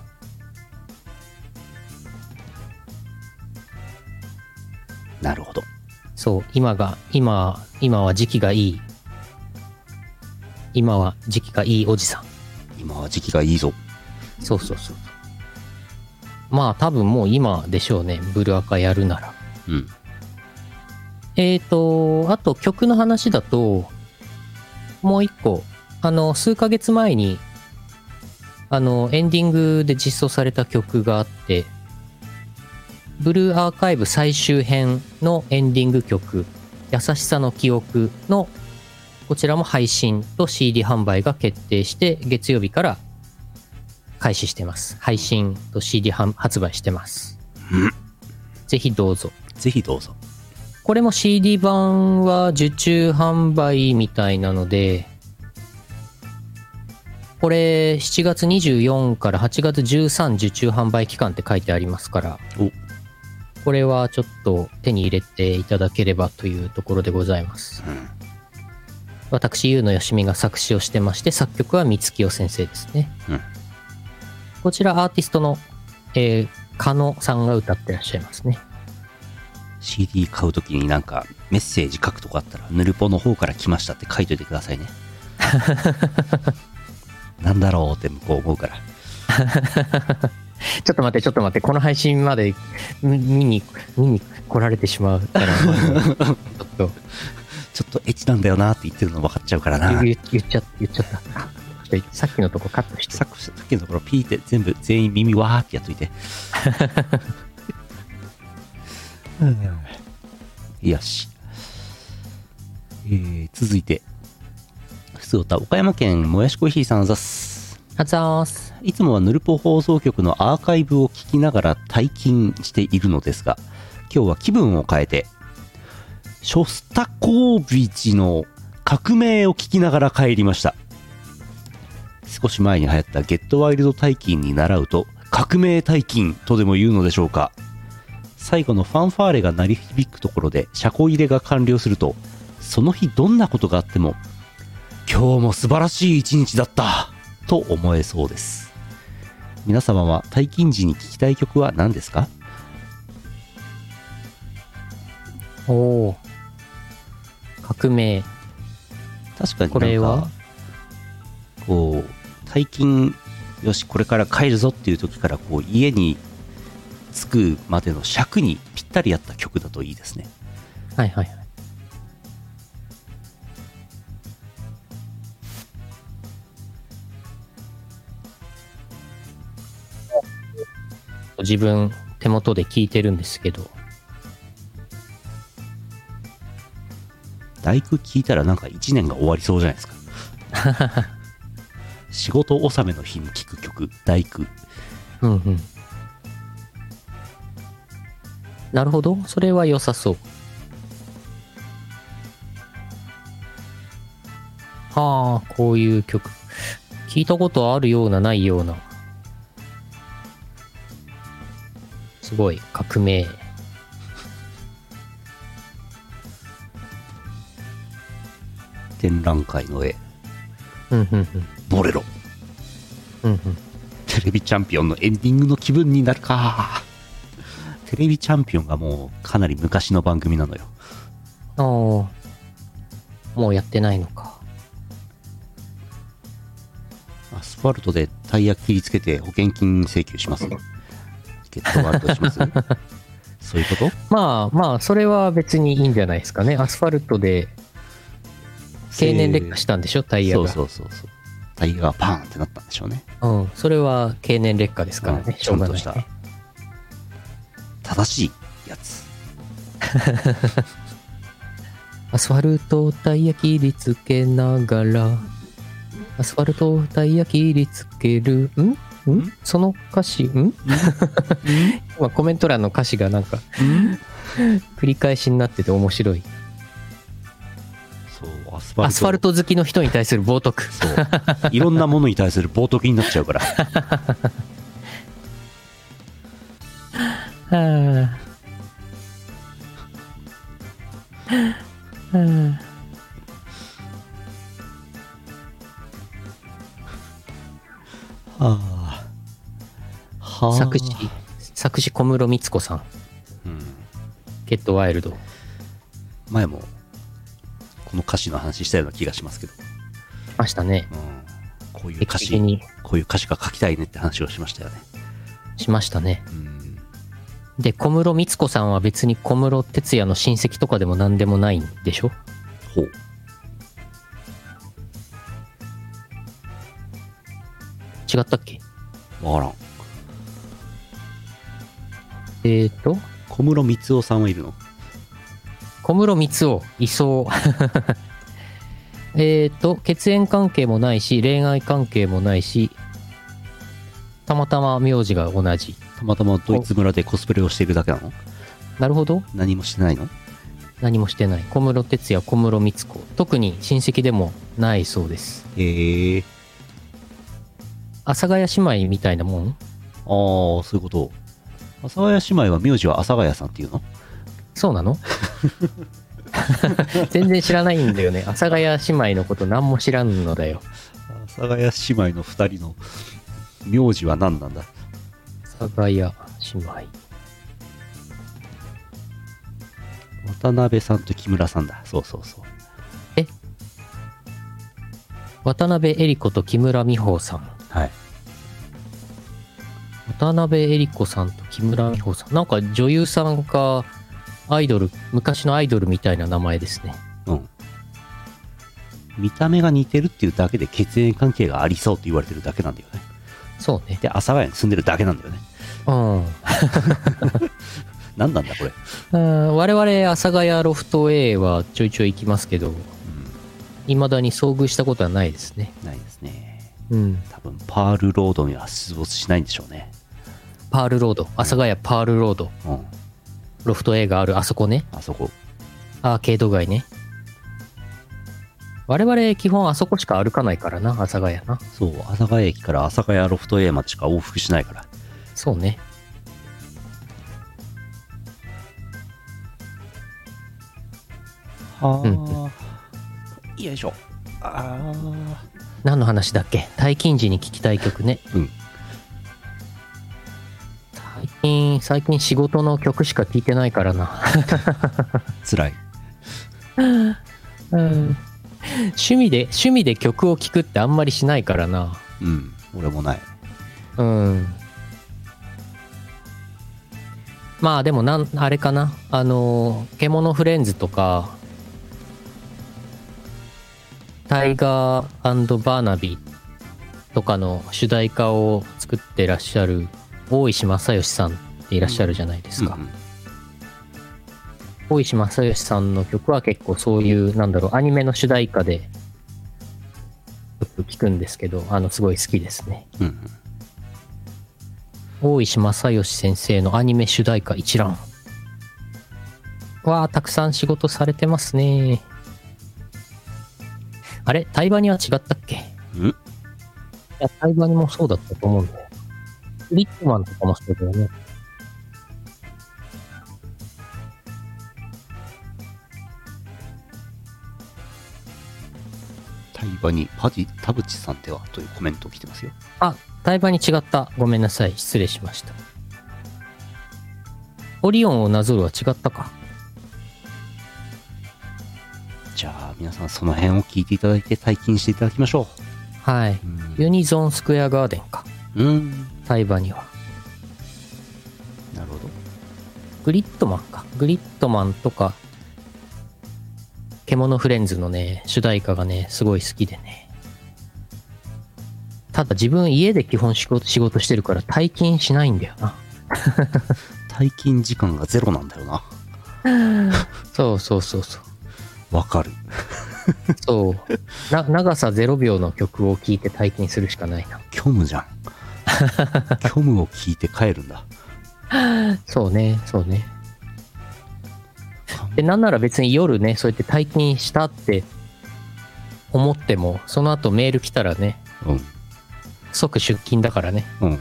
Speaker 2: なるほど。
Speaker 1: そう、今が、今、今は時期がいい。今は時期がいいおじさん。
Speaker 2: 今は時期がいいぞ。
Speaker 1: そうそうそう。まあ多分もう今でしょうね。ブルアカやるなら。
Speaker 2: うん。
Speaker 1: えーと、あと曲の話だと、もう一個、あの、数ヶ月前に、あの、エンディングで実装された曲があって、ブルーアーカイブ最終編のエンディング曲、優しさの記憶の、こちらも配信と CD 販売が決定して、月曜日から開始してます。配信と CD 販発売してます。ぜひどうぞ。
Speaker 2: ぜひどうぞ。
Speaker 1: これも CD 版は受注販売みたいなので、これ7月24から8月13受注販売期間って書いてありますから
Speaker 2: お、
Speaker 1: これはちょっと手に入れていただければというところでございます。私、ゆうのよしみが作詞をしてまして、作曲は三月代先生ですね。
Speaker 2: うん
Speaker 1: こちらアーティストの、えー、加野さんが歌ってらっしゃいますね。
Speaker 2: CD 買うときになんかメッセージ書くとこあったら、ぬるぽの方から来ましたって書いといてくだ <laughs> さいね。なんだろうって向こう思うから。
Speaker 1: ちょっと待って、ちょっと待って、この配信までみ見に、見に来られてしまったら、ちょっ
Speaker 2: <laughs>
Speaker 1: と
Speaker 2: ちょっとエッチなんだよなって言ってるの分かっちゃうからな。
Speaker 1: 言言っちゃ言っちゃった。ちょっとさっきのとこカットして。
Speaker 2: さっきさっきのところピーって全部全員耳わーってやっといて。 <laughs> よし。えー、続いて、普通歌、岡山県もやしコーヒーさんざっす。
Speaker 1: あざーす。
Speaker 2: いつもはヌルポ放送局のアーカイブを聞きながら退勤しているのですが、今日は気分を変えて、ショスタコービチの革命を聞きながら帰りました。少し前に流行ったゲットワイルド大金に倣うと、革命大金とでも言うのでしょうか。最後のファンファーレが鳴り響くところで車庫入れが完了するとその日どんなことがあっても今日も素晴らしい一日だったと思えそうです皆様は退勤時に聴きたい曲は何ですか
Speaker 1: おお革命
Speaker 2: 確かになんか
Speaker 1: これは
Speaker 2: こう退勤よしこれから帰るぞっていう時からこう家に着くまでの尺にぴったり合った曲だといいですね
Speaker 1: はいはいはい自分手元で聞いてるんですけど
Speaker 2: 大工聞いたらなんか1年が終わりそうじゃない
Speaker 1: <laughs>
Speaker 2: ですか仕事納めの日に聴く曲大工
Speaker 1: うんうんなるほどそれは良さそうはあこういう曲聞いたことあるようなないようなすごい革命
Speaker 2: 展覧会の絵
Speaker 1: うんうん
Speaker 2: ボレロ
Speaker 1: うんうんうん
Speaker 2: テレビチャンピオンのエンディングの気分になるかテレビチャンピオンがもうかなり昔の番組なのよ
Speaker 1: ああもうやってないのか
Speaker 2: アスファルトでタイヤ切りつけて保険金請求します
Speaker 1: <laughs>
Speaker 2: チケットワールドしますそういうこと
Speaker 1: まあまあそれは別にいいんじゃないですかねアスファルトで経年劣化したんでしょタイヤ
Speaker 2: そ
Speaker 1: が
Speaker 2: うそうそうそうタイヤがパーンってなったんでしょうね
Speaker 1: うん、それは経年劣化ですからね、
Speaker 2: うん
Speaker 1: しょうがない、ね。
Speaker 2: ちゃんと正しいやつ
Speaker 1: アスファルトタイヤ切りつけながら、アスファルトタイヤ切りつける、んんその歌詞、 <laughs> ん今コメント欄の歌詞がなんか、繰り返しになってて面白い。
Speaker 2: そうアスファルト
Speaker 1: アスファルト好きの人に対する冒涜。
Speaker 2: そういろんなものに対する冒涜になっちゃうから
Speaker 1: はあはあ
Speaker 2: はあはあ
Speaker 1: 作詞、作詞小室光子さん、
Speaker 2: うん、
Speaker 1: ゲットワイルド。
Speaker 2: 前もこの歌詞の話したような気がしますけど、
Speaker 1: ましたね。
Speaker 2: うん、こういう
Speaker 1: 劇
Speaker 2: 歌詞
Speaker 1: 的に
Speaker 2: こういう歌詞が書きたいねって話をしましたよね。
Speaker 1: しましたね。
Speaker 2: うん。
Speaker 1: で、小室光子さんは別に小室哲哉の親戚とかでも何でもないんでしょ
Speaker 2: ほう。
Speaker 1: 違ったっけ
Speaker 2: わからん。
Speaker 1: えーと、
Speaker 2: 小室光夫さんはいるの
Speaker 1: 小室光雄、いそう。 <laughs> えーと、血縁関係もないし、恋愛関係もないし、たまたま名字が同じ。
Speaker 2: たまたまドイツ村でコスプレをしているだけなの
Speaker 1: なるほど。
Speaker 2: 何もしてないの
Speaker 1: 何もしてない。小室哲哉、小室光子。特に親戚でもないそうです。
Speaker 2: へえ。
Speaker 1: 阿佐ヶ谷姉妹みたいなもん
Speaker 2: ああ、そういうこと。阿佐ヶ谷姉妹は名字は阿佐ヶ谷さんっていうの
Speaker 1: そうなの全然知らないんだよね。阿佐ヶ谷姉妹のこと何も知らんのだよ。
Speaker 2: 阿佐ヶ谷姉妹の2人の名字は何なんだ
Speaker 1: 阿佐ヶ谷姉妹。
Speaker 2: 渡辺さんと木村さんだ。そうそうそう。
Speaker 1: 渡辺恵理子と木村美穂さん。
Speaker 2: はい。
Speaker 1: 渡辺恵理子さんと木村美穂さん。なんか女優さんかアイドル、昔のアイドルみたいな名前ですね。
Speaker 2: うん。見た目が似てるっていうだけで血縁関係がありそうって言われてるだけなんだよね。
Speaker 1: そうね。
Speaker 2: で、阿佐ヶ谷に住んでるだけなんだよね。
Speaker 1: うん。
Speaker 2: 何なんだこれ。
Speaker 1: うん我々、阿佐ヶ谷ロフト A はちょいちょい行きますけど、未だに遭遇したことはないですね。
Speaker 2: うん、ないですね。
Speaker 1: うん。
Speaker 2: 多分パールロードには出没しないんでしょうね。
Speaker 1: パールロード。阿佐ヶ谷パールロード。
Speaker 2: うん。
Speaker 1: ロフト A があるあそこね。
Speaker 2: あそこ。
Speaker 1: アーケード街ね。我々、基本あそこしか歩かないからな、阿佐ヶ谷な。
Speaker 2: そう、阿佐ヶ谷駅から阿佐ヶ谷ロフト A までしか往復しないから。
Speaker 1: そうね。
Speaker 2: あ
Speaker 1: う
Speaker 2: ーよいしょあ
Speaker 1: 何の話だっけ退勤時に聞きたい曲ね。
Speaker 2: うん
Speaker 1: 最近、最近仕事の曲しか聴いてないからな。
Speaker 2: つらい
Speaker 1: 趣味で、趣味で曲を聴くってあんまりしないからな。
Speaker 2: うん俺もない
Speaker 1: うん。まあでもなん、あれかな。あの、獣フレンズとか、タイガーバーナビーとかの主題歌を作ってらっしゃる大石正義さんっていらっしゃるじゃないですか。
Speaker 2: うんうん
Speaker 1: 大石正義さんの曲は結構そういう、なんだろう、アニメの主題歌でよく聞くんですけど、あの、すごい好きですね。
Speaker 2: うんうん
Speaker 1: 大石正義先生のアニメ主題歌一覧。わあ、たくさん仕事されてますね。あれ対話には違ったっけい
Speaker 2: ん
Speaker 1: や、対話にもそうだったと思うんだよ。リットマンとかもそうだよね。
Speaker 2: 対話にパジ田淵さんではというコメント来てますよ
Speaker 1: あ、対話に違った。ごめんなさい。失礼しました。オリオンをなぞるは違ったか。
Speaker 2: じゃあ皆さんその辺を聞いていただいて体験していただきましょ
Speaker 1: はい。
Speaker 2: ううん
Speaker 1: ユニゾンスクエアガーデンか。
Speaker 2: うん
Speaker 1: 対話には。
Speaker 2: なるほど
Speaker 1: グリットマンか。グリットマンとか、獣フレンズのね、主題歌がね、すごい好きでね。ただ自分家で基本仕事仕事してるから退勤しないんだよな。
Speaker 2: 体験時間がゼロなんだよな
Speaker 1: そうそうそうそう。
Speaker 2: わかる
Speaker 1: <laughs> そう。な、長さ0秒の曲を聴いて退勤するしかないな。
Speaker 2: 虚無じゃん虚無を聞いて帰るんだ
Speaker 1: そうね、そうね。で、なんなら別に夜ね、そうやって退勤したって思っても、その後メール来たらね、
Speaker 2: うん
Speaker 1: 即出勤だからね。
Speaker 2: うん、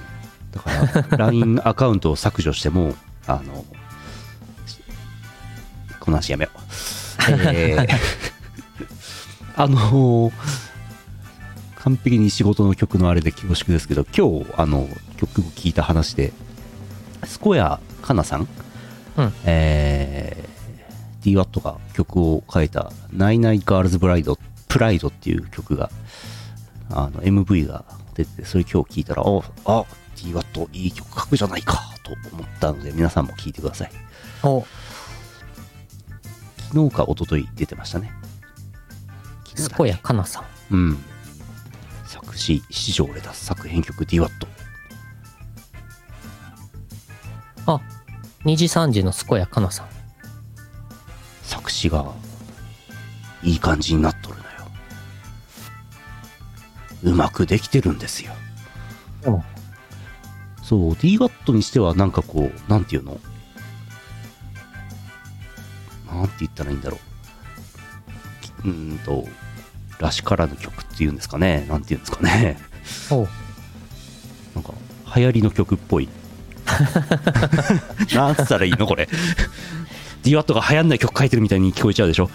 Speaker 2: だから LINE アカウントを削除しても <laughs> あのしこの話やめよう、えー <laughs> あのー完璧に仕事の曲のあれで恐縮ですけど今日あの曲を聴いた話でスコヤかなさん、
Speaker 1: うん
Speaker 2: えー、DWAT が曲を書いた「ナイナイガールズブライドプライドっていう曲があの MV が出ててそれ今日聴いたらああ DWAT いい曲書くじゃないかと思ったので皆さんも聴いてください
Speaker 1: お、
Speaker 2: 昨日か一昨日出てましたね昨日
Speaker 1: ス
Speaker 2: だ
Speaker 1: コヤカナさん。
Speaker 2: うん作詞史上レタス作編曲 DWAT
Speaker 1: あ、2時3時のスコヤカナさん。
Speaker 2: 作詞がいい感じになっとるのようまくできてるんですよ
Speaker 1: うん
Speaker 2: そう DWAT にしてはなんかこうなんていうのなんて言ったらいいんだろうきうーんとらしからぬ曲っていうんですかねなんていうんですかね <laughs>
Speaker 1: お
Speaker 2: なんか流行りの曲っ
Speaker 1: <laughs>
Speaker 2: ぽいなんつったらいいのこれ DWAT が流行んない曲書いてるみたいに聞こえちゃうでしょ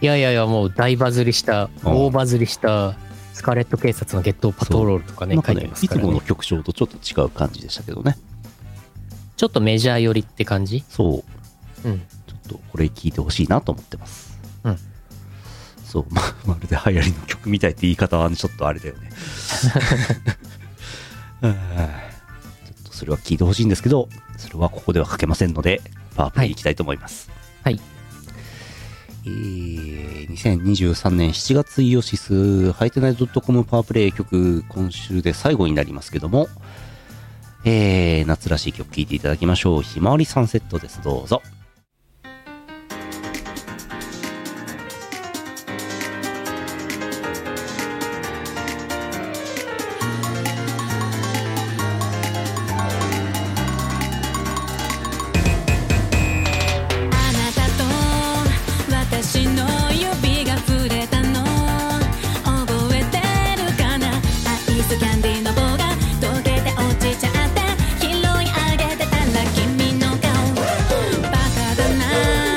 Speaker 1: いやいやいや、もう大バズりした、
Speaker 2: うん
Speaker 1: 大バズりした、スカーレット警察のゲットパトロールとかね
Speaker 2: なん、か
Speaker 1: 書いて
Speaker 2: ね
Speaker 1: ま、す
Speaker 2: い
Speaker 1: か
Speaker 2: つ
Speaker 1: ら
Speaker 2: もの
Speaker 1: ね。
Speaker 2: 曲調とちょっと違う感じでしたけどね。
Speaker 1: ちょっとメジャー寄りって感じ
Speaker 2: そう、
Speaker 1: うん。
Speaker 2: ちょっとこれ聞いてほしいなと思ってます。
Speaker 1: うん。
Speaker 2: そう、ま、ま <laughs> るで流行りの曲みたいって言い方はちょっとあれだよ
Speaker 1: <laughs>
Speaker 2: ね。 <laughs> うんちょっとそれは聞いてほしいんですけど、それはここでは書けませんので、パワープレイいきたいと思います。
Speaker 1: はい。
Speaker 2: えー2023年7月イオシス、ハイテナイドットコムパワープレイ曲、今週で最後になりますけども、えー夏らしい曲聴いていただきましょう。ひまわりサンセットです。どうぞ。
Speaker 5: 「あなたと私の指が触れたの覚えてるかな」「アイスキャンディの棒が溶けて落ちちゃって」「拾い上げてたら君の顔」「バカ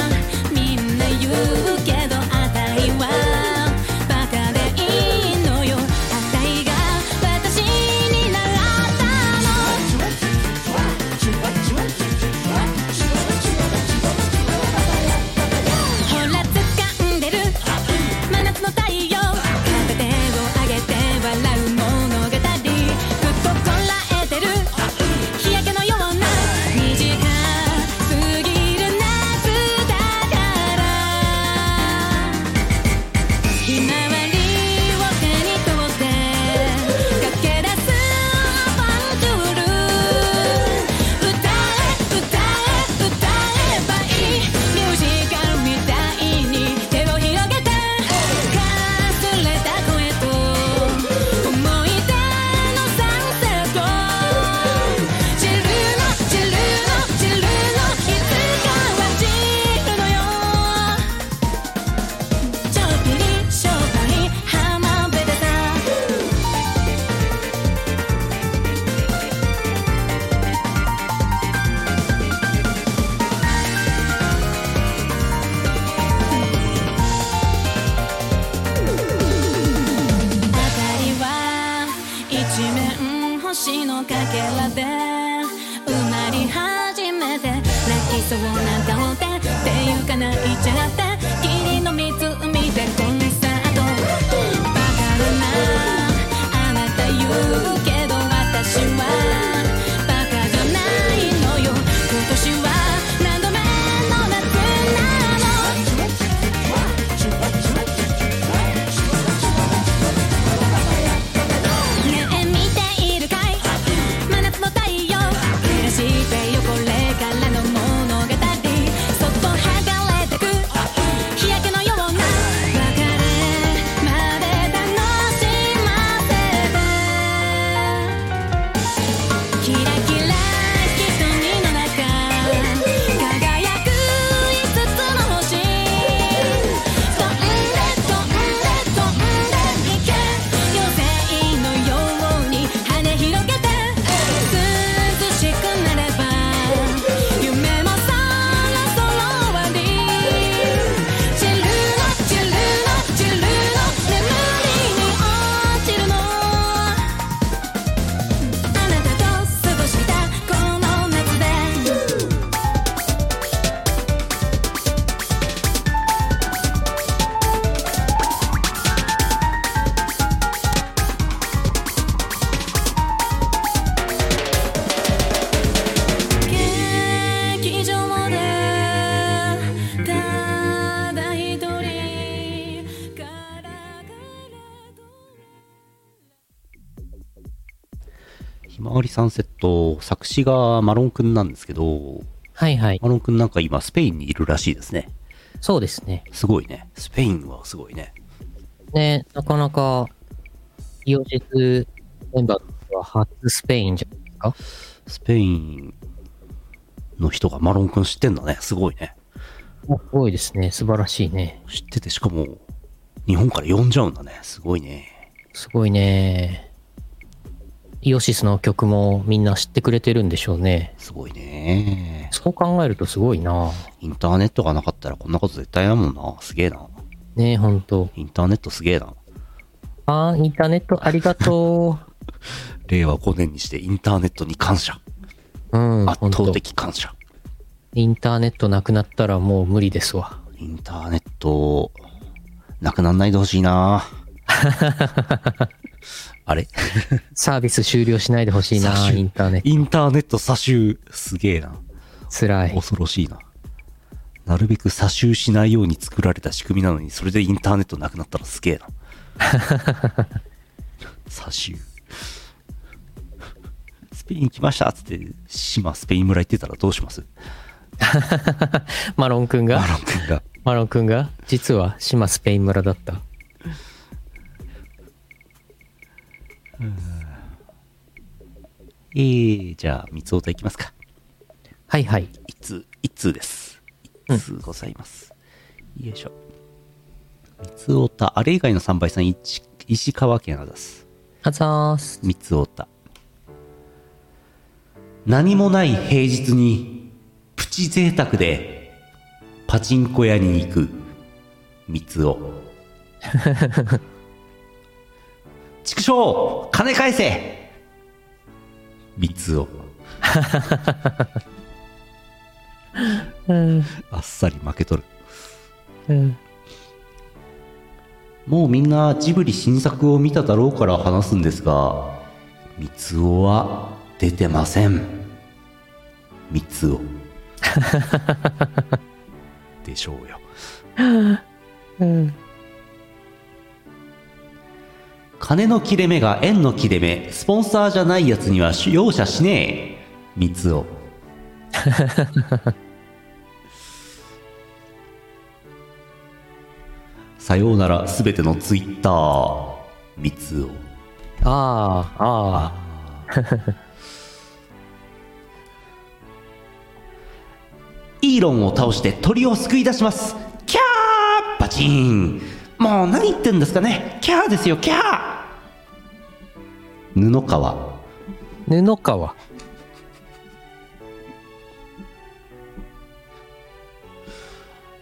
Speaker 5: 星のかけらで埋まり始めて泣きそうな顔でっていうか泣いちゃって霧の湖でコンサートバカだなあなた言うけど私はバカじゃないのよ今年は何度目の夏なのねえ見ているかい真夏の太陽照らしてよこれからの物語そっと剥がれてく日焼けのような別れまで楽しませてキラキラ瞳の中輝く5つの星飛んで飛んで飛んでいけ妖精のように羽広げて涼しくなれば夢もそろそろ終わり散るの散るの散るの眠りに落ちるのあなたと過ごしたこの夏で劇場でただ一人からからと
Speaker 2: ひまわりサンセット、作詞がマロンくんなんですけど、
Speaker 1: はいはい。
Speaker 2: マロンくんなんか今スペインにいるらしいですね。
Speaker 1: そうですね。
Speaker 2: すごいね。スペインはすごいね。
Speaker 1: ね、なかなか、イオシスメンバーとしては初スペインじゃないですか
Speaker 2: スペインの人がマロンくん知ってんだね。すごいね。
Speaker 1: すごいですね。素晴らしいね。
Speaker 2: 知ってて、しかも日本から呼んじゃうんだね。すごいね。
Speaker 1: すごいね。イオシスの曲もみんな知ってくれてるんでしょうね。
Speaker 2: すごいね。
Speaker 1: そう考えるとすごいな。
Speaker 2: インターネットがなかったらこんなこと絶対ないもんな。すげえな。
Speaker 1: ねえ、ほんと。
Speaker 2: インターネットすげえな。
Speaker 1: あーインターネットありがと
Speaker 2: 令和5年にしてインターネットに感謝。
Speaker 1: う。うん、
Speaker 2: 圧
Speaker 1: ほん
Speaker 2: 倒
Speaker 1: と。
Speaker 2: 的感謝。
Speaker 1: インターネットなくなったらもう無理ですわ。
Speaker 2: インターネット、なくなんないでほし
Speaker 1: <laughs>
Speaker 2: いなあれ
Speaker 1: サービス終了しないでほしい
Speaker 2: サ
Speaker 1: な、
Speaker 2: シュ
Speaker 1: インターネット。
Speaker 2: インターネット詐集、すげえな。
Speaker 1: 辛い。
Speaker 2: 恐ろしいな。なるべく詐集しないように作られた仕組みなのに、それでインターネットなくなったらすげえな。詐集。スペイン来ましたっつって、島スペイン村行ってたらどうします
Speaker 1: マロンくん
Speaker 2: ア
Speaker 1: が
Speaker 2: ロン君が。
Speaker 1: マロンくんが実は島スペイン村だった。
Speaker 2: えー、じゃあ、三つおたいきますか。
Speaker 1: はいはい。
Speaker 2: 一通、一通です。一通ございます。よいしょ。三つおた、あれ以外の3倍さん、石石川県あざす。
Speaker 1: あざーす。
Speaker 2: 三つおた。何もない平日に、プチ贅沢で、パチンコ屋に行く、三つお。 <laughs> 畜生金返せ三つお。
Speaker 1: うん。
Speaker 2: あっさり負けとる。
Speaker 1: うん。
Speaker 2: もうみんなジブリ新作を見ただろうから話すんですが、三つおは出てません。三つお。でしょうよ。金の切れ目が円の切れ目、スポンサーじゃないやつには容赦しねえ。三つお。さようならすべてのツイッター。三つお。
Speaker 1: あー、あ
Speaker 2: イーロンを倒して鳥を救い出しますキャーパチンもう何言ってんですかねキャーですよキャー布川
Speaker 1: ー。布川。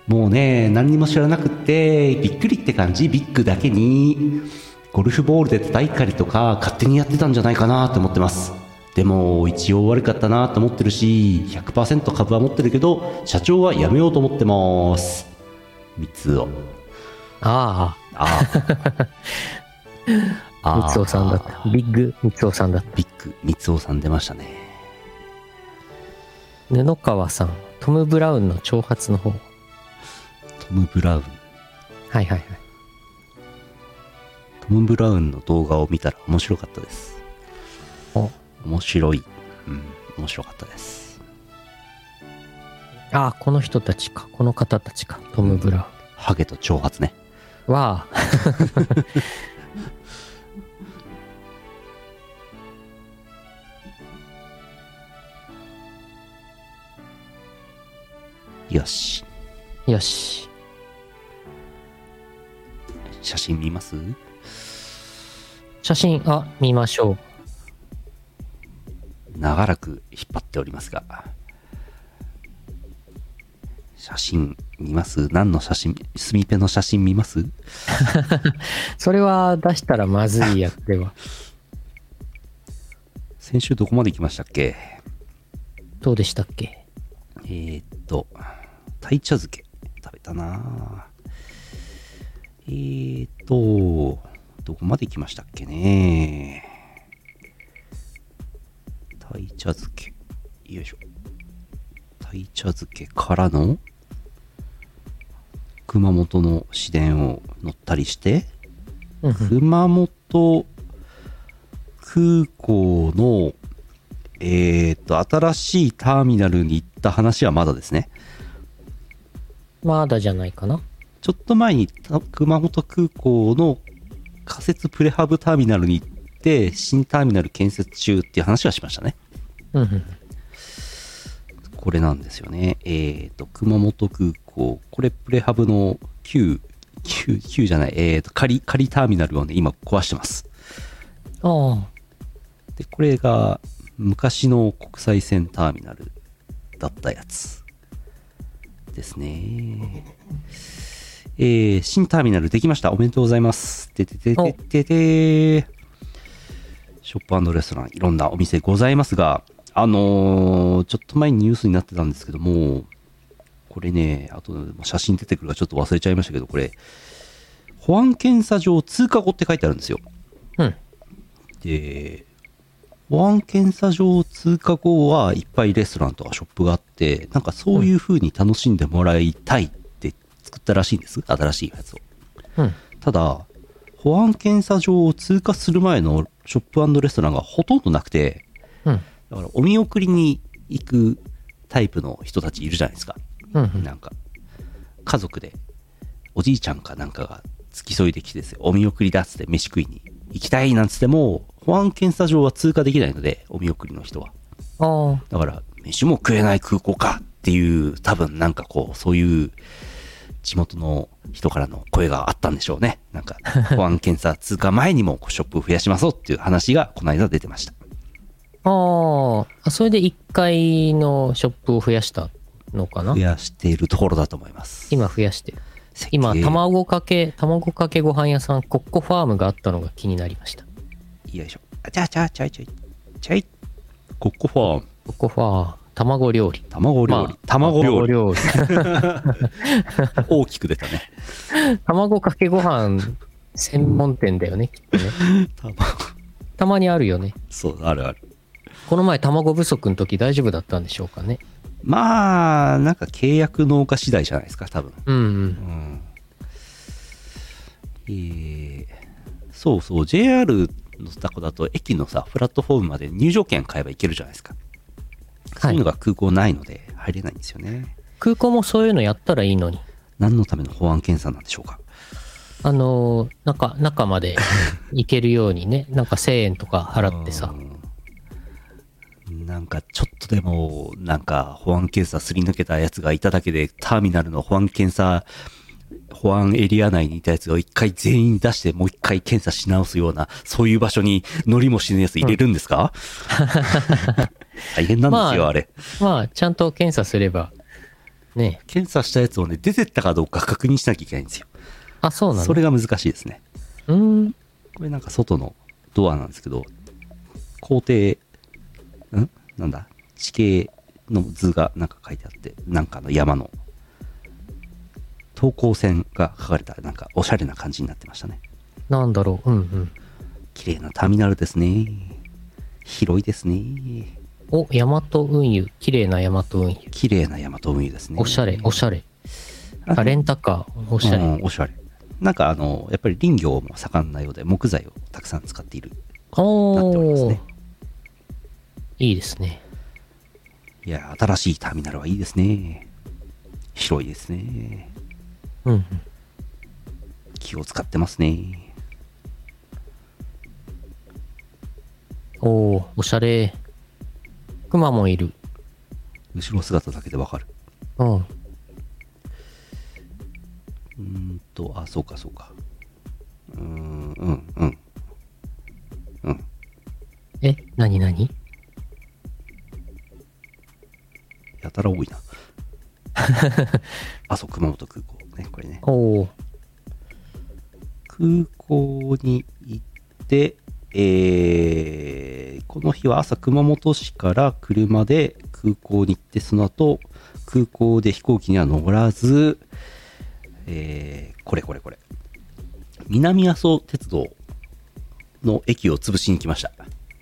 Speaker 2: もうね何にも知らなくってびっくりって感じビッグだけに
Speaker 3: ゴルフボールで叩いたりとか勝手にやってたんじゃないかなと思ってますでも一応悪かったなと思ってるし100%株は持ってるけど社長は辞めようと思ってます三つを
Speaker 1: あ
Speaker 2: ああ。
Speaker 1: あ、
Speaker 2: あ
Speaker 1: 三
Speaker 2: あ
Speaker 1: つさんだった。ビッグ三つさんだっ
Speaker 2: ビッグ、三尾さん出ましたね。
Speaker 1: た。布川さん、トム・ブラウンの挑発の方。はい
Speaker 2: トム・ブラウン。
Speaker 1: はいはい。
Speaker 2: トム・ブラウンの動画を見たら面白かったです。
Speaker 1: お
Speaker 2: 面白い。うん、面白かったです。
Speaker 1: ああ、この人たちか。この方たちか。トム・ブラウン。
Speaker 2: ハゲと挑発ね。
Speaker 1: わあ。
Speaker 2: よし。
Speaker 1: よし。
Speaker 2: 写真見ます
Speaker 1: 写真、あ、見ましょう。
Speaker 2: 長らく引っ張っておりますが。写真見ます何の写真スミペの写真見ます
Speaker 1: それは出したらまずいやつで
Speaker 2: <laughs>
Speaker 1: は。
Speaker 2: 先週どこまで行きましたっけ
Speaker 1: どうでしたっけ
Speaker 2: えーっと、鯛茶漬け食べたなぁえーっと、どこまで行きましたっけね鯛茶漬け。よいしょ。鯛茶漬けからの熊本の市電を乗ったりして、
Speaker 1: うんうん
Speaker 2: 熊本空港の、えー、と新しいターミナルに行った話はまだですね。
Speaker 1: まだじゃないかな。
Speaker 2: ちょっと前にた熊本空港の仮設プレハブターミナルに行って、新ターミナル建設中っていう話はしましたね。
Speaker 1: うんうん。
Speaker 2: これなんですよね。えっ、と、熊本空港、これプレハブの旧、旧、旧じゃない、えっ、と、仮、仮ターミナルをね、今壊してます。
Speaker 1: ああ。
Speaker 2: でこれが昔の国際線ターミナルだったやつですねえー、新ターミナルできましたおめでとうございますててててててショップレストランいろんなお店ございますがあのーちょっと前にニュースになってたんですけどもこれねあと写真出てくるからちょっと忘れちゃいましたけどこれ保安検査場通過後って書いてあるんですよ
Speaker 1: うん。
Speaker 2: で、保安検査場通過後はいっぱいレストランとかショップがあって、なんかそういう風に楽しんでもらいたいって作ったらしいんです、新しいやつを。
Speaker 1: うん。
Speaker 2: ただ、保安検査場を通過する前のショップレストランがほとんどなくて、
Speaker 1: うん。
Speaker 2: だからお見送りに行くタイプの人たちいるじゃないですか。
Speaker 1: うんうん。
Speaker 2: なんか、家族で、おじいちゃんかなんかが付き添いで来てですよお見送りだっつって飯食いに行きたいなんつっても、保安検査場は通過できないので、お見送りの人は。
Speaker 1: ああ。
Speaker 2: だから、飯も食えない空港かっていう、多分なんかこう、そういう、地元の人からの声があったんでしょうね。
Speaker 1: <laughs>
Speaker 2: なんか、保安検査通過前にもショップ増やしましょうっていう話が、この間出てました。
Speaker 1: ああ、それで1階のショップを増やしたのかな
Speaker 2: 増やしているところだと思います。
Speaker 1: 今増やしてる。今、
Speaker 2: 設計
Speaker 1: 卵かけ、卵かけご飯屋さん、コッコファームがあったのが気になりました。
Speaker 2: よいしょ。あちゃあちゃあちゃいちゃい。ちゃい。コッコファーム。
Speaker 1: コッコファーム、卵料理。
Speaker 2: 卵料
Speaker 1: ま
Speaker 2: 理。
Speaker 1: あ
Speaker 2: 卵料理。
Speaker 1: 料理。
Speaker 2: 大きく出たね。
Speaker 1: 卵かけご
Speaker 2: <laughs>
Speaker 1: 飯専門店だよね、きっとね。
Speaker 2: 卵。
Speaker 1: たまにあるよね。
Speaker 2: そう、あるある。
Speaker 1: この前、卵不足の時大丈夫だったんでしょうかね。
Speaker 2: まあ、なんか契約農家次第じゃないですか、多分。
Speaker 1: うん
Speaker 2: う、ん。えー、そうそう、JR のタコだと駅のさ、プラットフォームまで入場券買えば行けるじゃないですか。そういうのが空港ないので入れないんですよね。
Speaker 1: 空港もそういうのやったらいいのに。
Speaker 2: 何のための保安検査なんでしょうか。
Speaker 1: あのー中、中まで行けるようにね、 <laughs> なんか1000円とか払ってさ。
Speaker 2: うんなんかちょっとでもなんか保安検査すり抜けたやつがいただけでターミナルの保安検査保安エリア内にいたやつを一回全員出してもう一回検査し直すようなそういう場所に乗りもしねえやつ入れるんですか、大変なんですよ、
Speaker 1: まあ
Speaker 2: あれ
Speaker 1: まあ、ちゃんと検査すれば、ね。
Speaker 2: 検査したやつをね出てったかどうか確認しなきゃいけないんですよ
Speaker 1: あ、そうなの
Speaker 2: それが難しいですね
Speaker 1: うーん。
Speaker 2: これなんか外のドアなんですけど、校庭、んなんだ地形の図がなんか書いてあって、なんかの山の、等高線が書かれた、なんかおしゃれな感じになってましたね。
Speaker 1: なんだろう。うんうん。
Speaker 2: 綺麗なターミナルですね。広いですね。
Speaker 1: お、ヤマト運輸。綺麗なヤマト運輸。
Speaker 2: 綺麗な山と運輸ですね。
Speaker 1: おしゃれ、おしゃれ。あレンタカー、おしゃれ。
Speaker 2: うんおしゃれ。なんかあの、やっぱり林業も盛んなようで、木材をたくさん使っている。なっております
Speaker 1: おー
Speaker 2: ね。
Speaker 1: いいですね。
Speaker 2: いや、新しいターミナルはいいですね。広いですね。
Speaker 1: うんうん。
Speaker 2: 気を使ってますね。
Speaker 1: おお、おしゃれ。熊もいる。
Speaker 2: 後ろ姿だけでわかる。
Speaker 1: うん。
Speaker 2: うーんと、あ、そうか、そうか。うーん、うん、うん。うん。
Speaker 1: え、なになに
Speaker 2: やたら多いな。あ、そう、熊本空港ね、これね。
Speaker 1: おお、
Speaker 2: 空港に行って、えーこの日は朝熊本市から車で空港に行ってその後空港で飛行機には乗らず、えーこれこれこれ南阿蘇鉄道の駅を潰しに来ました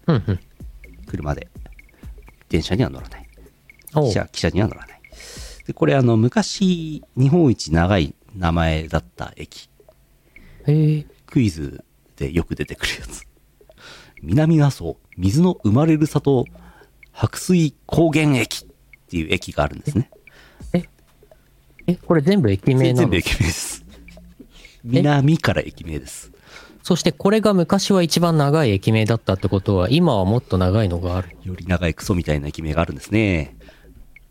Speaker 1: うんうん。
Speaker 2: 車で電車には乗らない
Speaker 1: お
Speaker 2: 汽
Speaker 1: お、
Speaker 2: 車汽車には乗らないでこれあの昔日本一長い名前だった駅
Speaker 1: えー、
Speaker 2: クイズでよく出てくるやつ。南阿蘇、水の生まれる里、白水高原駅っていう駅があるんですね。
Speaker 1: え、これ全部駅名な
Speaker 2: 全
Speaker 1: の
Speaker 2: 部駅名です。南から駅名です。
Speaker 1: そしてこれが昔は一番長い駅名だったってことは、今はもっと長いのがある。
Speaker 2: より長いクソみたいな駅名があるんですね。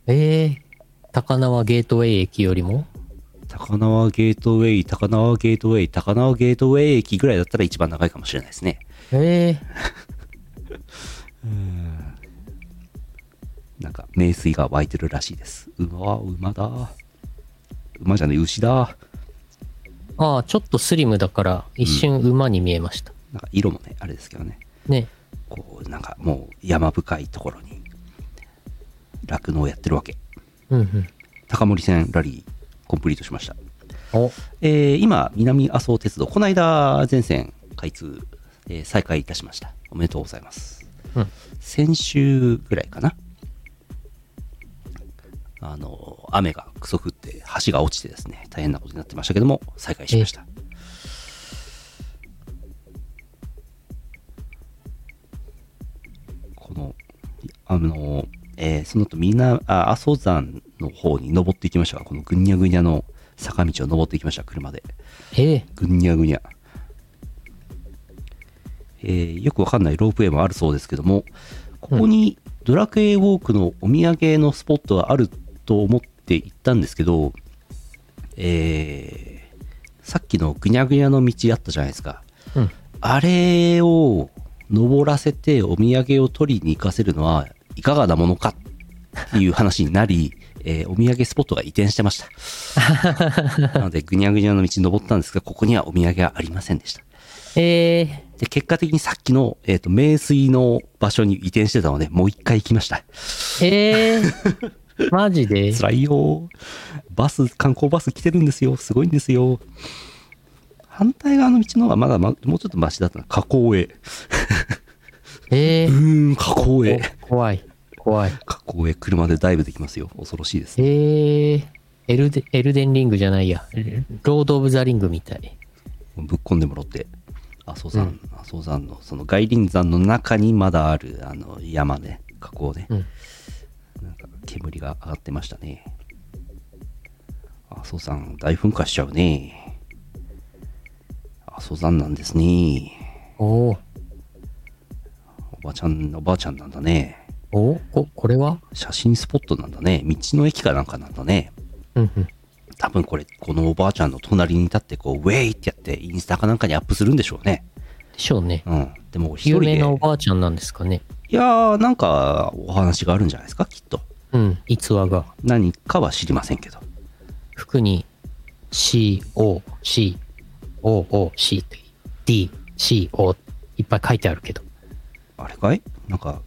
Speaker 1: えー、高輪ゲートウェイ駅よりも
Speaker 2: 高輪ゲートウェイ、高輪ゲートウェイ、高輪ゲートウェイ駅ぐらいだったら一番長いかもしれないですね。
Speaker 1: え
Speaker 2: なんか名水が湧いてるらしいです。馬は馬だ。馬じゃねえ、牛だ。
Speaker 1: ー、ああ、ちょっとスリムだから、一瞬馬に見えました。
Speaker 2: なんか色もね、あれですけどね。
Speaker 1: ね。
Speaker 2: こうなんかもう山深いところに酪農をやってるわけ
Speaker 1: うんうん。
Speaker 2: 高森線ラリーコンプリートしました、
Speaker 1: お、
Speaker 2: えー今南阿蘇鉄道この間全線開通、えー再開いたしましたおめでとうございます、
Speaker 1: うん
Speaker 2: 先週ぐらいかなあの雨がクソ降って橋が落ちてですね大変なことになってましたけども再開しましたこのあの、えーその後みんなあ阿蘇山の方に登っていきましたがこのぐにゃぐにゃの坂道を登っていきました車で
Speaker 1: えー、
Speaker 2: ぐにゃぐにゃ、えーよくわかんないロープウェイもあるそうですけどもここにドラクエウォークのお土産のスポットがあると思って行ったんですけど、えーさっきのぐにゃぐにゃの道あったじゃないですか
Speaker 1: うん。
Speaker 2: あれを登らせてお土産を取りに行かせるのはいかがなものかっていう話になり、 <laughs> えーお土産スポットが移転してました。 <laughs> なので、ぐにゃぐにゃの道登ったんですが、ここにはお土産はありませんでした。
Speaker 1: えー、
Speaker 2: で、結果的にさっきの、えっ、と、名水の場所に移転してたので、もう一回行きました。
Speaker 1: え <laughs> ー、マジで
Speaker 2: 辛いよ。バス、観光バス来てるんですよ。すごいんですよ。反対側の道の方がまだま、もうちょっとマシだったな。河口へ。
Speaker 1: え
Speaker 2: う
Speaker 1: ー、
Speaker 2: ーん、河口へ。
Speaker 1: お怖い、怖い。
Speaker 2: 河口へ車でダイブできますよ。恐ろしいですね。
Speaker 1: えー、エルデエルデンリングじゃないや。ロード・オブ・ザ・リングみたい。
Speaker 2: ぶっ込んでもらって阿蘇
Speaker 1: う
Speaker 2: 山
Speaker 1: ん
Speaker 2: 阿蘇山のその外輪山の中にまだあるあの山ね火口ね、
Speaker 1: うん
Speaker 2: なんか煙が上がってましたね阿蘇山大噴火しちゃうね阿蘇山なんですね
Speaker 1: おー
Speaker 2: おばちゃんおばあちゃんなんだね
Speaker 1: おこ、これは
Speaker 2: 写真スポットなんだね道の駅かなんかなんだね
Speaker 1: うんうん。
Speaker 2: 多分これこのおばあちゃんの隣に立ってこうウェイってやってインスタかなんかにアップするんでしょうね
Speaker 1: でしょうね。
Speaker 2: うんでも一
Speaker 1: 有
Speaker 2: 人で
Speaker 1: 名なおばあちゃんなんですかね。
Speaker 2: いやー、なんかお話があるんじゃないですか、きっと。
Speaker 1: うん、逸話が。
Speaker 2: 何かは知りませんけど。
Speaker 1: 服に C, O, C, O, O, C って D, CO いっぱい書いてあるけど。
Speaker 2: あれかいなんか、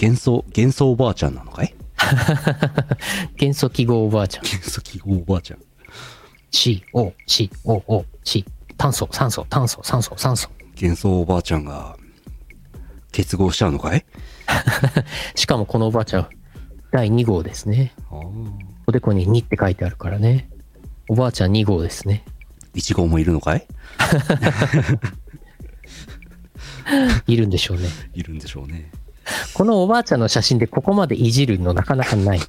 Speaker 2: 幻想、幻想おばあちゃんなのかい
Speaker 1: 元素記号おばあちゃん。
Speaker 2: 幻想記号おばあちゃん。
Speaker 1: CO、COO、C。炭素、酸素、炭素、酸素、酸素。
Speaker 2: 幻想おばあちゃんが、結合しちゃうのかい
Speaker 1: しかもこのおばあちゃん、第2号ですね。
Speaker 2: ああ。
Speaker 1: おでこに2って書いてあるからね。おばあちゃん2号ですね。
Speaker 2: 1号もいるのかい
Speaker 1: いるんでしょうね。
Speaker 2: いるんでしょうね。
Speaker 1: このおばあちゃんの写真でここまでいじるのなかなかないな。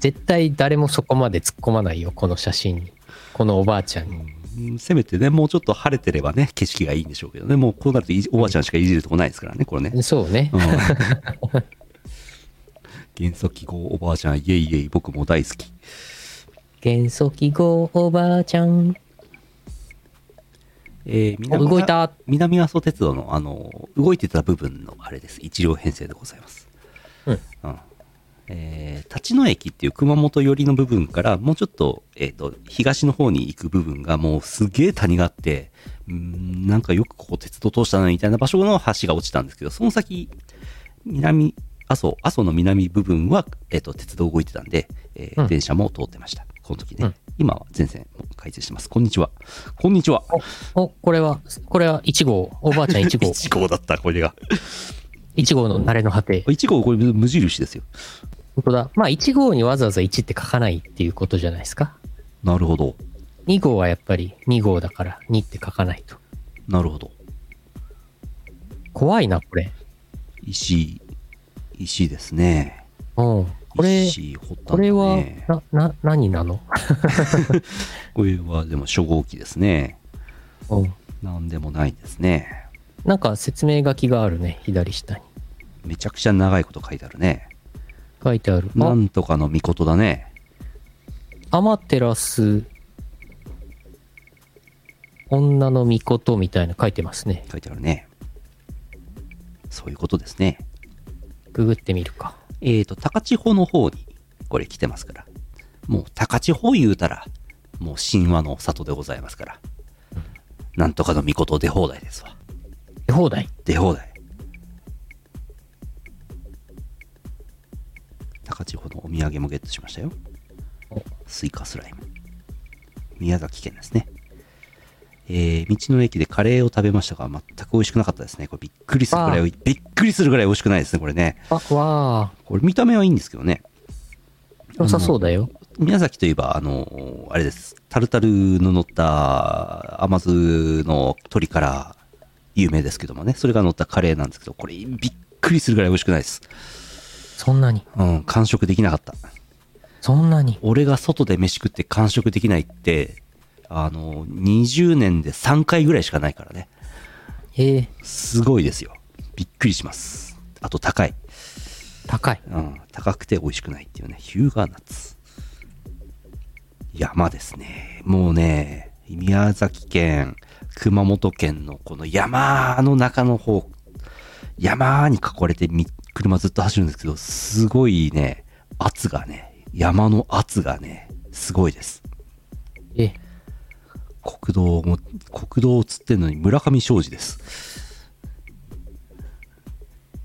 Speaker 1: 絶対誰もそこまで突っ込まないよ、この写真に。このおばあちゃんに。
Speaker 2: うんせめてね、もうちょっと晴れてればね、景色がいいんでしょうけどね、もうこうなるといじおばあちゃんしかいじるとこないですからね、これね。
Speaker 1: そうね
Speaker 2: う。 <laughs> ん元素記号おばあちゃん、イエイイエイ、僕も大好き。
Speaker 1: 元素記号おばあちゃん。
Speaker 2: えー南
Speaker 1: お動いた
Speaker 2: 南阿蘇鉄道の、あの、動いてた部分のあれです。一両編成でございます。
Speaker 1: うん
Speaker 2: うんえー立野駅っていう熊本寄りの部分から、もうちょっと、えっ、と、東の方に行く部分が、もうすげえ谷があって、うーんなんかよくここ鉄道通したな、みたいな場所の橋が落ちたんですけど、その先、南、阿蘇、阿蘇の南部分は、えっ、と、鉄道動いてたんで、えー
Speaker 1: うん
Speaker 2: 電車も通ってました。この時ね。
Speaker 1: うん
Speaker 2: 今は全線開通してます。こんにちは。こんにちは。
Speaker 1: お、これは、これは1号。おばあちゃん1号。
Speaker 2: <laughs> 1号だった、これが。
Speaker 1: 1号の慣れの果て。
Speaker 2: 1号、これ無印ですよ。
Speaker 1: 本当だ。まあ1号にわざわざ1って書かないっていうことじゃないですか。
Speaker 2: なるほど。
Speaker 1: 2号はやっぱり2号だから2って書かないと。
Speaker 2: なるほど。
Speaker 1: 怖いな、これ。
Speaker 2: 石井、石井ですね。
Speaker 1: うん。これ、
Speaker 2: 石井掘った
Speaker 1: こ
Speaker 2: んだ、ね、
Speaker 1: れは、な、な、何なの
Speaker 2: これはでも初号機ですね。
Speaker 1: うん。
Speaker 2: なんでもないですね。
Speaker 1: なんか説明書きがあるね、左下に。
Speaker 2: めちゃくちゃ長いこと書いてあるね。
Speaker 1: 書いてある。
Speaker 2: な
Speaker 1: あ、
Speaker 2: んとかの御事だね。
Speaker 1: アマテラス、女の御事みたいな書いてますね。
Speaker 2: 書いてあるね。そういうことですね。
Speaker 1: ググってみるか。
Speaker 2: えっ、と、高千穂の方に、これ来てますから。もう、高千穂言うたら、もう神話の里でございますから。なんとかの御事出放題ですわ。
Speaker 1: 出放題。
Speaker 2: 出放題。高千穂のお土産もゲットしましたよ
Speaker 1: お。
Speaker 2: スイカスライム。宮崎県ですね。えー、道の駅でカレーを食べましたが、全く美味しくなかったですね。これびっくりするぐらい、びっくりするぐらい美味しくないですね、これね。
Speaker 1: あ、わ
Speaker 2: これ見た目はいいんですけどね。
Speaker 1: ー。良さそうだよ。
Speaker 2: 宮崎といえば、あの、あれです。タルタルの乗った甘酢の鶏から有名ですけどもね。それが乗ったカレーなんですけど、これびっくりするぐらい美味しくないです。
Speaker 1: そんなに。
Speaker 2: うん、完食できなかった。
Speaker 1: そんなに。
Speaker 2: 俺が外で飯食って完食できないって、あの、20年で3回ぐらいしかないからね。
Speaker 1: ええ
Speaker 2: すごいですよ。びっくりします。あと高い。
Speaker 1: 高い。
Speaker 2: うん、高くて美味しくないっていうね、ヒューガーナッツ。山ですね。もうね、宮崎県、熊本県のこの山の中の方、山に囲われてみ車ずっと走るんですけど、すごいね、圧がね、山の圧がね、すごいです。
Speaker 1: ええ
Speaker 2: 国道も、国道をつってんのに村上昌司です。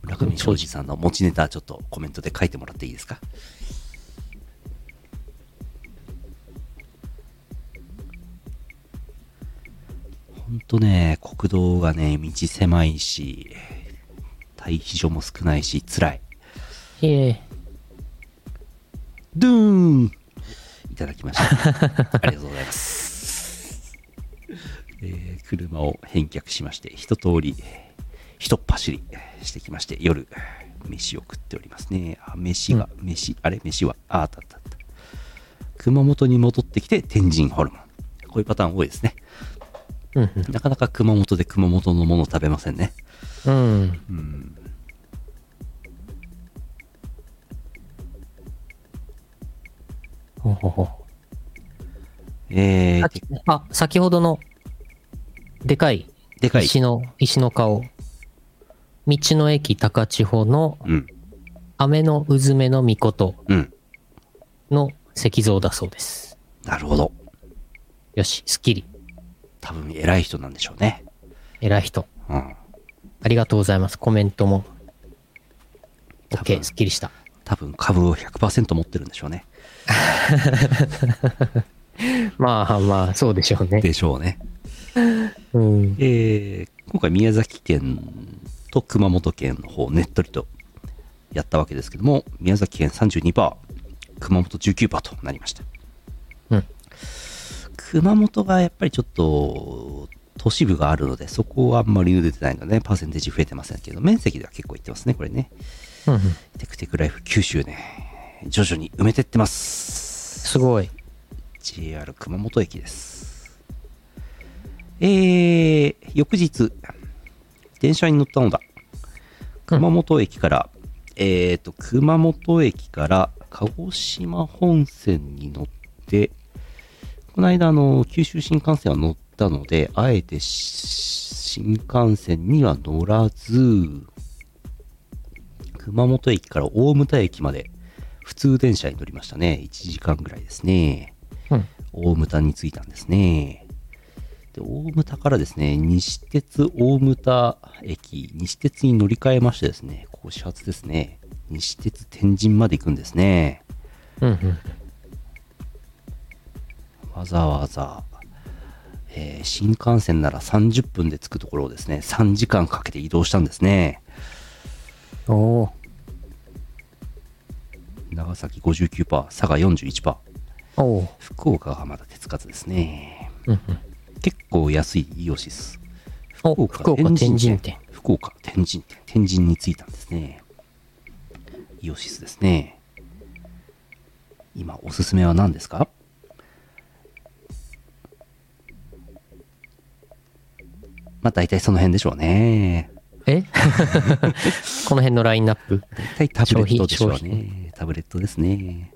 Speaker 2: 村上昌司さんの持ちネタちょっとコメントで書いてもらっていいですかほんとね、国道がね、道狭いし、待避所も少ないし、辛い。
Speaker 1: いえ、
Speaker 2: ドゥーンいただきま <laughs> した。ありがとうございます。えー車を返却しまして、一通り、一っ走りしてきまして、夜、飯を食っておりますね。あ、飯が、飯、あれ、飯は、ああったあったあった。熊本に戻ってきて、天神ホルモン。こういうパターン多いですね。
Speaker 1: うん
Speaker 2: なかなか熊本で熊本のもの食べませんね。
Speaker 1: うん。うん。ほうほうほう
Speaker 2: えー
Speaker 1: さっきあ、先ほどの、でかい
Speaker 2: でかい。
Speaker 1: 石の、石の顔。道の駅高千穂の、
Speaker 2: うん、
Speaker 1: 雨のうずめの御事
Speaker 2: うん。
Speaker 1: の石像だそうです。
Speaker 2: なるほど。
Speaker 1: よし、すっきり。
Speaker 2: 多分偉い人なんでしょうね。
Speaker 1: 偉い人。
Speaker 2: うん。
Speaker 1: ありがとうございます。コメントも。
Speaker 2: 多分
Speaker 1: OK、すっきりした。
Speaker 2: 多分株を100%持ってるんでしょうね。
Speaker 1: まあまあ、そうでしょうね。
Speaker 2: でしょうね。
Speaker 1: うん。
Speaker 2: えー今回宮崎県と熊本県の方ねっとりとやったわけですけども宮崎県32%熊本19%となりました、
Speaker 1: うん
Speaker 2: 熊本がやっぱりちょっと都市部があるのでそこはあんまり出てないのでパーセンテージ増えてませんけど面積では結構いってますねこれね
Speaker 1: うんうん
Speaker 2: テクテクライフ九州ね徐々に埋めてってます
Speaker 1: すごい。
Speaker 2: JR 熊本駅です。えー、翌日、電車に乗ったのだ。熊本駅から、えーと、熊本駅から鹿児島本線に乗って、この間、あの、九州新幹線は乗ったので、あえてし新幹線には乗らず、熊本駅から大牟田駅まで普通電車に乗りましたね。1時間ぐらいですね。
Speaker 1: うん
Speaker 2: 大牟田に着いたんですね。で、大牟田からですね、西鉄大牟田駅、西鉄に乗り換えましてですね、ここ始発ですね。西鉄天神まで行くんですね。
Speaker 1: うんうん。
Speaker 2: わざわざ、えー新幹線なら30分で着くところをですね、3時間かけて移動したんですね。
Speaker 1: おお
Speaker 2: 長崎59%、佐賀41%、
Speaker 1: おお
Speaker 2: 福岡はまだ手つかずですね。
Speaker 1: うん
Speaker 2: 結構安いイオシス。
Speaker 1: うん。お、福岡天神店。。
Speaker 2: 福岡天神店。天神に着いたんですね。イオシスですね。今、おすすめは何ですかまあ、大体その辺でしょうね。
Speaker 1: え <laughs> この辺のラインナップ。
Speaker 2: 大体タブレットでしょ
Speaker 1: 消
Speaker 2: う
Speaker 1: 費
Speaker 2: ね。タブレットですね。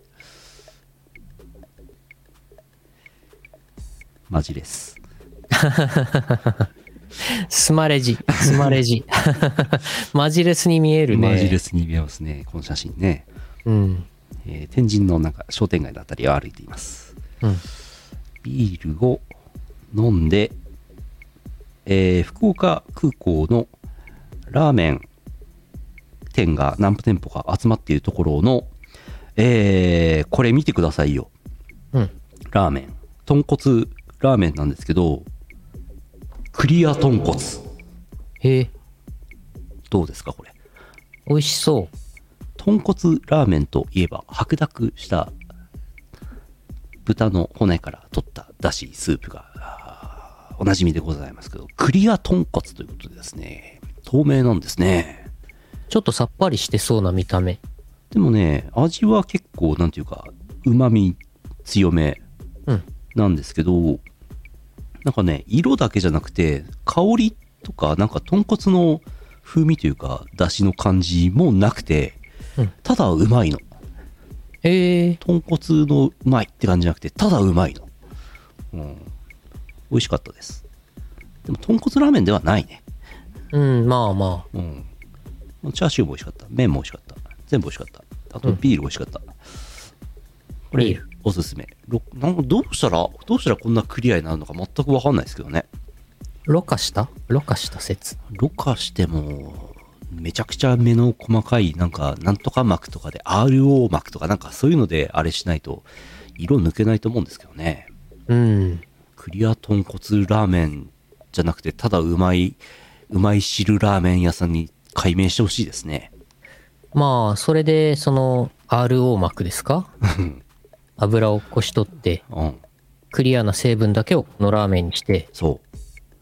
Speaker 2: マジです。
Speaker 1: スマレジ。スマレ
Speaker 2: <laughs>
Speaker 1: ジ。マジレスに見えるね。
Speaker 2: マジレ。スに見えますね、この写真ね。
Speaker 1: うん。
Speaker 2: えー天神のなんか商店街のあたりを歩いています。
Speaker 1: うん。
Speaker 2: ビールを飲んで、えー福岡空港のラーメン店が何店舗か集まっているところの、えーこれ見てくださいよ。
Speaker 1: うん。
Speaker 2: ラーメン。豚骨ラーメンなんですけど、クリア豚骨。
Speaker 1: へえ、
Speaker 2: どうですか、これ。
Speaker 1: 美味しそう。
Speaker 2: 豚骨ラーメンといえば白濁した豚の骨から取っただしスープがあーおなじみでございますけどクリア豚骨ということでですね透明なんですね
Speaker 1: ちょっとさっぱりしてそうな見た目。
Speaker 2: でもね味は結構なんていうかうまみ強め
Speaker 1: うん
Speaker 2: なんですけど、なんかね色だけじゃなくて香りとかなんか豚骨の風味というかだしの感じもなくて、
Speaker 1: うん
Speaker 2: ただうまいの
Speaker 1: へえ、
Speaker 2: 豚骨のうまいって感じじゃなくてただうまいの、うん、美味しかったですでも豚骨ラーメンではないね、
Speaker 1: うん、まあまあ。
Speaker 2: うん、チャーシューも美味しかった麺も美味しかった全部美味しかったあとビール美味しかった、こ
Speaker 1: ビ
Speaker 2: れ
Speaker 1: ール
Speaker 2: おすすめろなんかどうしたらどうしたらこんなクリアになるのか全く分かんないですけどね
Speaker 1: ろ過したろ過した説。
Speaker 2: ろ過してもめちゃくちゃ目の細かいなんかなんとか膜とかで RO 膜とかなんかそういうのであれしないと色抜けないと思うんですけどね
Speaker 1: うん。
Speaker 2: クリア豚骨ラーメンじゃなくて、ただうまい、うまい汁ラーメン屋さんに改名してほしいですね。
Speaker 1: まあ、それで、その、RO 膜です
Speaker 2: <laughs>
Speaker 1: か油をこし取って、
Speaker 2: うん。
Speaker 1: クリアな成分だけをこのラーメンにして、
Speaker 2: そ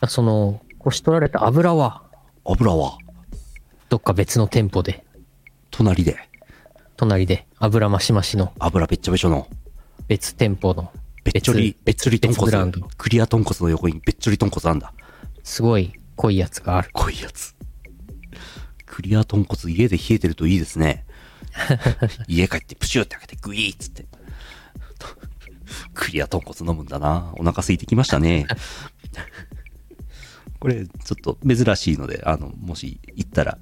Speaker 1: その、こし取られた油は、
Speaker 2: う。油は、
Speaker 1: どっか別の店舗で、
Speaker 2: 隣で、
Speaker 1: 隣で、油増し増しの
Speaker 2: 油べっちゃべちょの、
Speaker 1: 別店舗の、
Speaker 2: べっちょり、べっちょり豚
Speaker 1: 別ブラ
Speaker 2: 骨
Speaker 1: ンド。
Speaker 2: クリア豚骨の横にべっちょり豚骨あんだ。
Speaker 1: すごい濃いやつがある。
Speaker 2: 濃いやつ。クリア豚骨家で冷えてるといいですね。家帰ってプシューって開けてグイーっつって。クリア豚骨飲むんだな。お腹空いてきましたね。これ、ちょっと珍しいので、あの、もし行ったら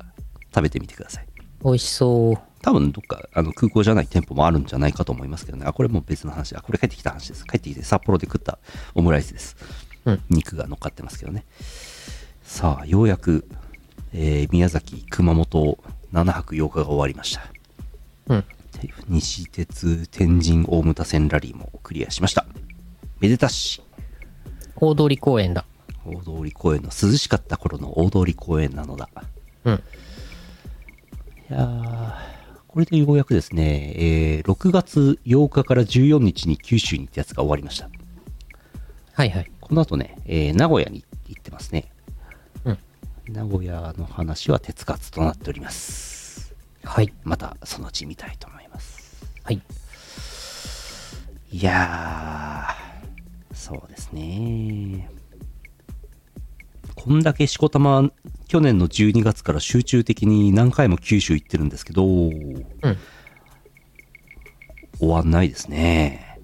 Speaker 2: 食べてみてください。
Speaker 1: 美味しそう。
Speaker 2: 多分どっかあの空港じゃない店舗もあるんじゃないかと思いますけどね。あ、これもう別の話。あ、これ帰ってきた話です。帰ってきて札幌で食ったオムライスです。
Speaker 1: うん
Speaker 2: 肉が乗っかってますけどね。さあ、ようやく、えー宮崎、熊本、7泊8日が終わりました。
Speaker 1: うん。
Speaker 2: て西鉄、天神、大牟田線ラリーもクリアしました。めでたし。
Speaker 1: 大通公園だ。
Speaker 2: 大通公園の涼しかった頃の大通公園なのだ。
Speaker 1: うん。
Speaker 2: いやーこれでようやくですね、えー6月8日から14日に九州に行ったやつが終わりました。
Speaker 1: はいはい。
Speaker 2: この後ね、えー名古屋に行ってますね。
Speaker 1: うん
Speaker 2: 名古屋の話は鉄活となっております。
Speaker 1: はい。
Speaker 2: またそのうち見たいと思います。
Speaker 1: はい。
Speaker 2: いやー、そうですね。こんだけしこたま、去年の12月から集中的に何回も九州行ってるんですけど、
Speaker 1: うん。
Speaker 2: 終わんないですね。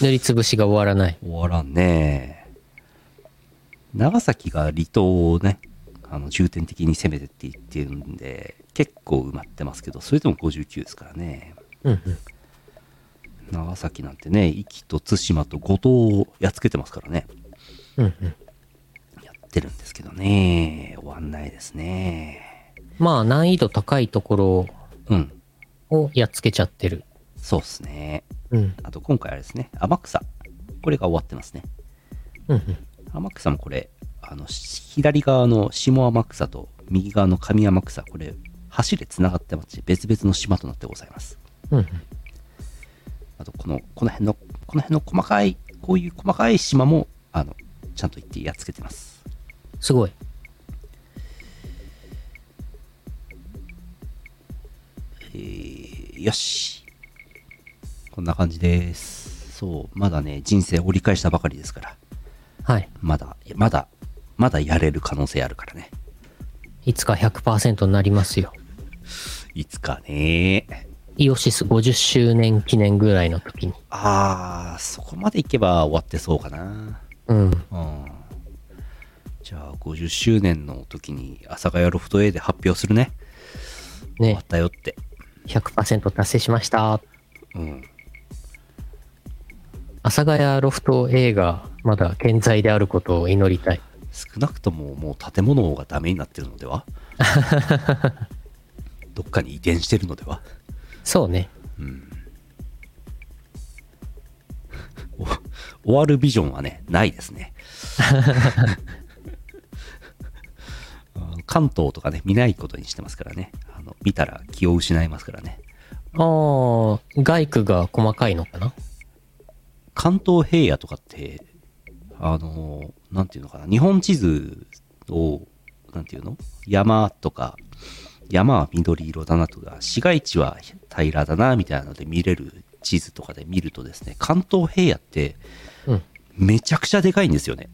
Speaker 1: 塗りつぶしが終わらない。
Speaker 2: 終わらんね長崎が離島をねあの重点的に攻めてって言ってるんで結構埋まってますけどそれでも59ですからね
Speaker 1: うんうん。
Speaker 2: 長崎なんてね壱岐と対馬と五島をやっつけてますからね
Speaker 1: うんうん。
Speaker 2: やってるんですけどね終わんないですね
Speaker 1: まあ難易度高いとこ
Speaker 2: うん
Speaker 1: ろをやっつけちゃってる。
Speaker 2: そうっすね
Speaker 1: うん。
Speaker 2: あと今回あれですね天草これが終わってますね
Speaker 1: うんうん。
Speaker 2: 天草もこれあのし左側の下天草と右側の上天草これ橋でつながってまして別々の島となってございます
Speaker 1: うんうん。
Speaker 2: あとこのこの辺のこの辺の細かいこういう細かい島もあのちゃんと行ってやっつけてます
Speaker 1: すごい。
Speaker 2: えー、よしこんな感じですそうまだね人生折り返したばかりですから
Speaker 1: はい。
Speaker 2: まだまだまだやれる可能性あるからね
Speaker 1: いつか100%になりますよ。
Speaker 2: いつかね
Speaker 1: イオシス50周年記念ぐらいの時に。
Speaker 2: あーそこまで行けば終わってそうかな
Speaker 1: うん。
Speaker 2: うんじゃあ50周年の時に阿佐ヶ谷ロフト A で発表するね終
Speaker 1: ね
Speaker 2: わっ。たよって
Speaker 1: 100%達成しました。
Speaker 2: うん
Speaker 1: 阿佐ヶ谷ロフト A がまだ健在であることを祈りたい。
Speaker 2: 少なくとももう建物がダメになってるのではどっかに移転してるのでは
Speaker 1: そうね。
Speaker 2: お <laughs> 終わるビジョンはねないですねうん関東とかね見ないことにしてますからねあの見たら気を失いますからね
Speaker 1: ああ、外区が細かいのかな
Speaker 2: 関東平野とかって、あの、なんていうのかな、日本地図を、なんていうの山とか、山は緑色だなとか、市街地は平らだな、みたいなので見れる地図とかで見るとですね、関東平野って
Speaker 1: うん。
Speaker 2: めちゃくちゃでかいんですよね。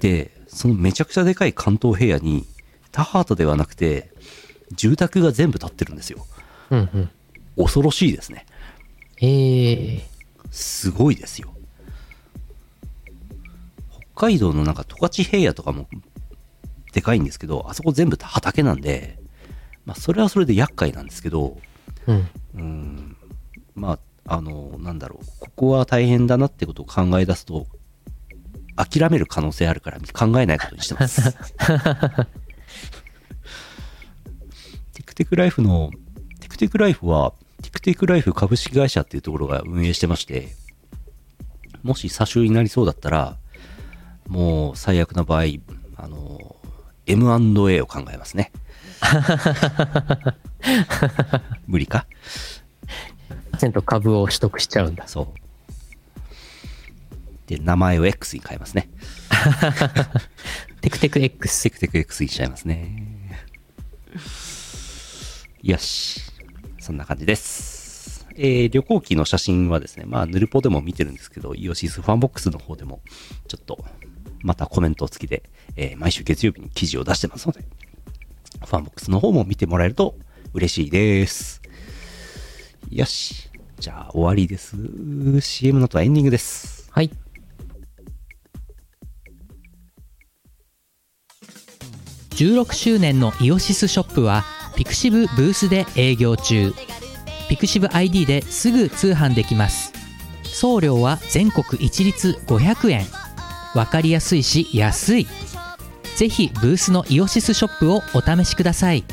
Speaker 2: で、そのめちゃくちゃでかい関東平野に、田畑ではなくて、住宅が全部建ってるんですよ。
Speaker 1: うんうん。
Speaker 2: 恐ろしいですね。
Speaker 1: ええ
Speaker 2: すごいですよ。北海道のなんか十勝平野とかもでかいんですけど、あそこ全部畑なんで、まあそれはそれで厄介なんですけど、
Speaker 1: うん。
Speaker 2: うん、まあ、あの、なんだろう、ここは大変だなってことを考え出すと、諦める可能性あるから考えないことにして <laughs> ます。テクテクライフの、テクテクライフは、テクテクライフ株式会社っていうところが運営してまして、もし差しになりそうだったら、もう最悪な場合、あの、M&A を考えます <laughs> ね。無理か
Speaker 1: 100%株を取得しちゃうんだ。
Speaker 2: そう。で、名前を X に変えますね。
Speaker 1: テクテク X。
Speaker 2: セクテク X にしちゃいますね。よし。そんな感じです。えー旅行機の写真はですね、まあ、ヌルポでも見てるんですけど、イオシスファンボックスの方でも、ちょっと、またコメント付きで、えー毎週月曜日に記事を出してますので、ファンボックスの方も見てもらえると嬉しいです。よし。じゃあ、終わりです。CM の後はエンディングです。
Speaker 1: はい。
Speaker 4: 16周年のイオシスショップはピクシブブースで営業中ピクシブ ID ですぐ通販できます送料は全国一律500円
Speaker 1: 分かりやすいし安いぜひブースのイオシスショップをお試しください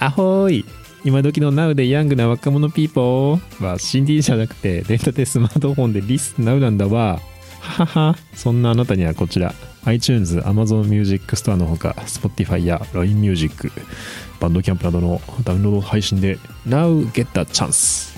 Speaker 6: アホーい今時の Now でヤングな若者ピーポーは CD じゃなくてデータでスマートフォンでリス Now なんだわはははそんなあなたにはこちら iTunes、Amazon Music Store のほか Spotify や LINE Music バンドキャンプなどのダウンロード配信で Now get the chance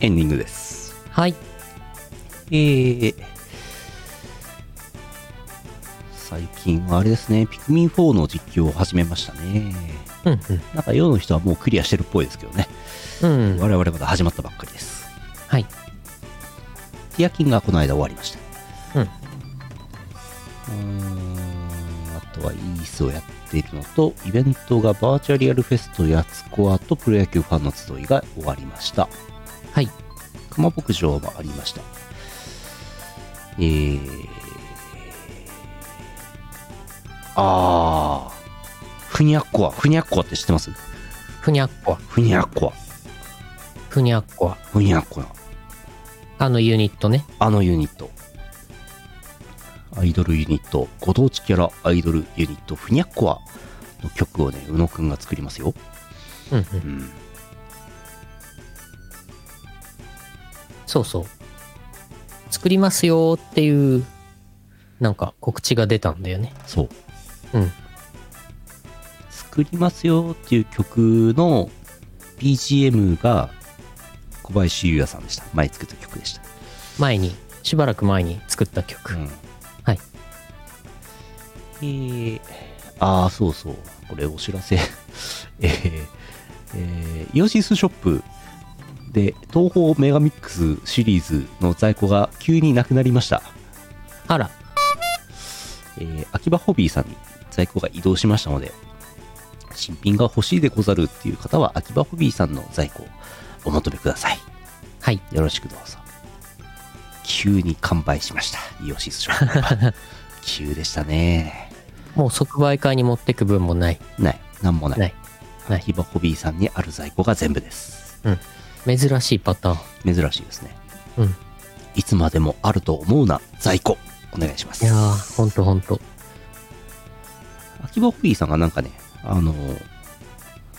Speaker 2: エンディングです。
Speaker 7: はい。
Speaker 2: えー、最近はあれですね、ピクミン4の実況を始めましたね。
Speaker 7: うん
Speaker 2: なんか世の人はもうクリアしてるっぽいですけどね。
Speaker 7: うん。うん。
Speaker 2: 我々まだ始まったばっかりです。
Speaker 7: はい。
Speaker 2: ティアキンがこの間終わりました。
Speaker 7: うん
Speaker 2: うーん。あとはイースをやっているのと、イベントがバーチャリアルフェストやツコアとプロ野球ファンの集いが終わりました。
Speaker 7: はい。
Speaker 2: 熊牧場もありました。えー。あー。ふにゃっこは、ふにゃっこはって知ってます
Speaker 7: ふにゃっこは。
Speaker 2: ふにゃっこは、
Speaker 7: ふにゃっこは。
Speaker 2: ふにゃっこは。
Speaker 7: あのユニットね。
Speaker 2: あのユニット。アイドルユニット、ご当地キャラアイドルユニット、ふにゃっこはの曲をね、宇野くんが作りますよ。
Speaker 7: うんうん。
Speaker 2: うん。
Speaker 7: そうそう。作りますよーっていう、なんか告知が出たんだよね。
Speaker 2: そう。
Speaker 7: うん。
Speaker 2: 作りますよっていう曲の BGM が小林優也さんでした。前作った曲でした。
Speaker 7: 前に、しばらく前に作った曲。
Speaker 2: うん
Speaker 7: はい。
Speaker 2: えー、ああ、そうそう。これお知らせ。 <laughs> えー、えーイオシスショップで東宝メガミックスシリーズの在庫が急になくなりました。
Speaker 7: あら、
Speaker 2: えー秋葉ホビーさんに在庫が移動しましたので、新品が欲しいでござるっていう方は秋葉ホビーさんの在庫をお求めください。
Speaker 7: はい。
Speaker 2: よろしくどうぞ。急に完売しました。イオシスショップ。急でしたね。
Speaker 7: もう即売会に持ってく分もない。
Speaker 2: ない。なんもない。
Speaker 7: ないない
Speaker 2: 秋葉ホビーさんにある在庫が全部です。
Speaker 7: 珍しいパターン。
Speaker 2: 珍しいですね。
Speaker 7: うん。
Speaker 2: いつまでもあると思うな、在庫。お願いします。
Speaker 7: いやー、ほんとほんと。
Speaker 2: 秋葉ホビーさんがなんかね、あのー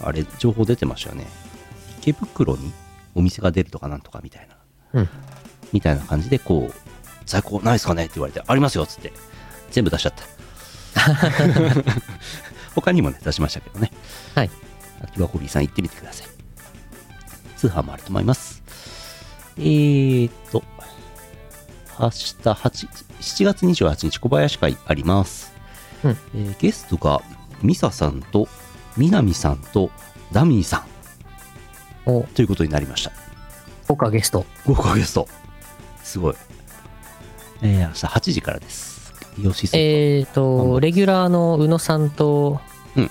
Speaker 2: あれ、情報出てましたよね。池袋にお店が出るとかなんとかみたいな。
Speaker 7: うん
Speaker 2: みたいな感じで、こう、在庫ないですかねって言われて、ありますよっつって、全部出しちゃっ
Speaker 7: <laughs>
Speaker 2: た。他にもね、出しましたけどね。
Speaker 7: はい。
Speaker 2: 秋葉ホビーさん行ってみてください。通販もあると思います。えーっと、明日8、7月28日、小林会あります。えーゲストがミサさんとミナミさんとダミーさ
Speaker 7: お
Speaker 2: んということになりました
Speaker 7: 豪華ゲスト。
Speaker 2: 豪華ゲストすごいえー、明日8時からですイオシス
Speaker 7: えーと、レギュラーの宇野さんと、
Speaker 2: うん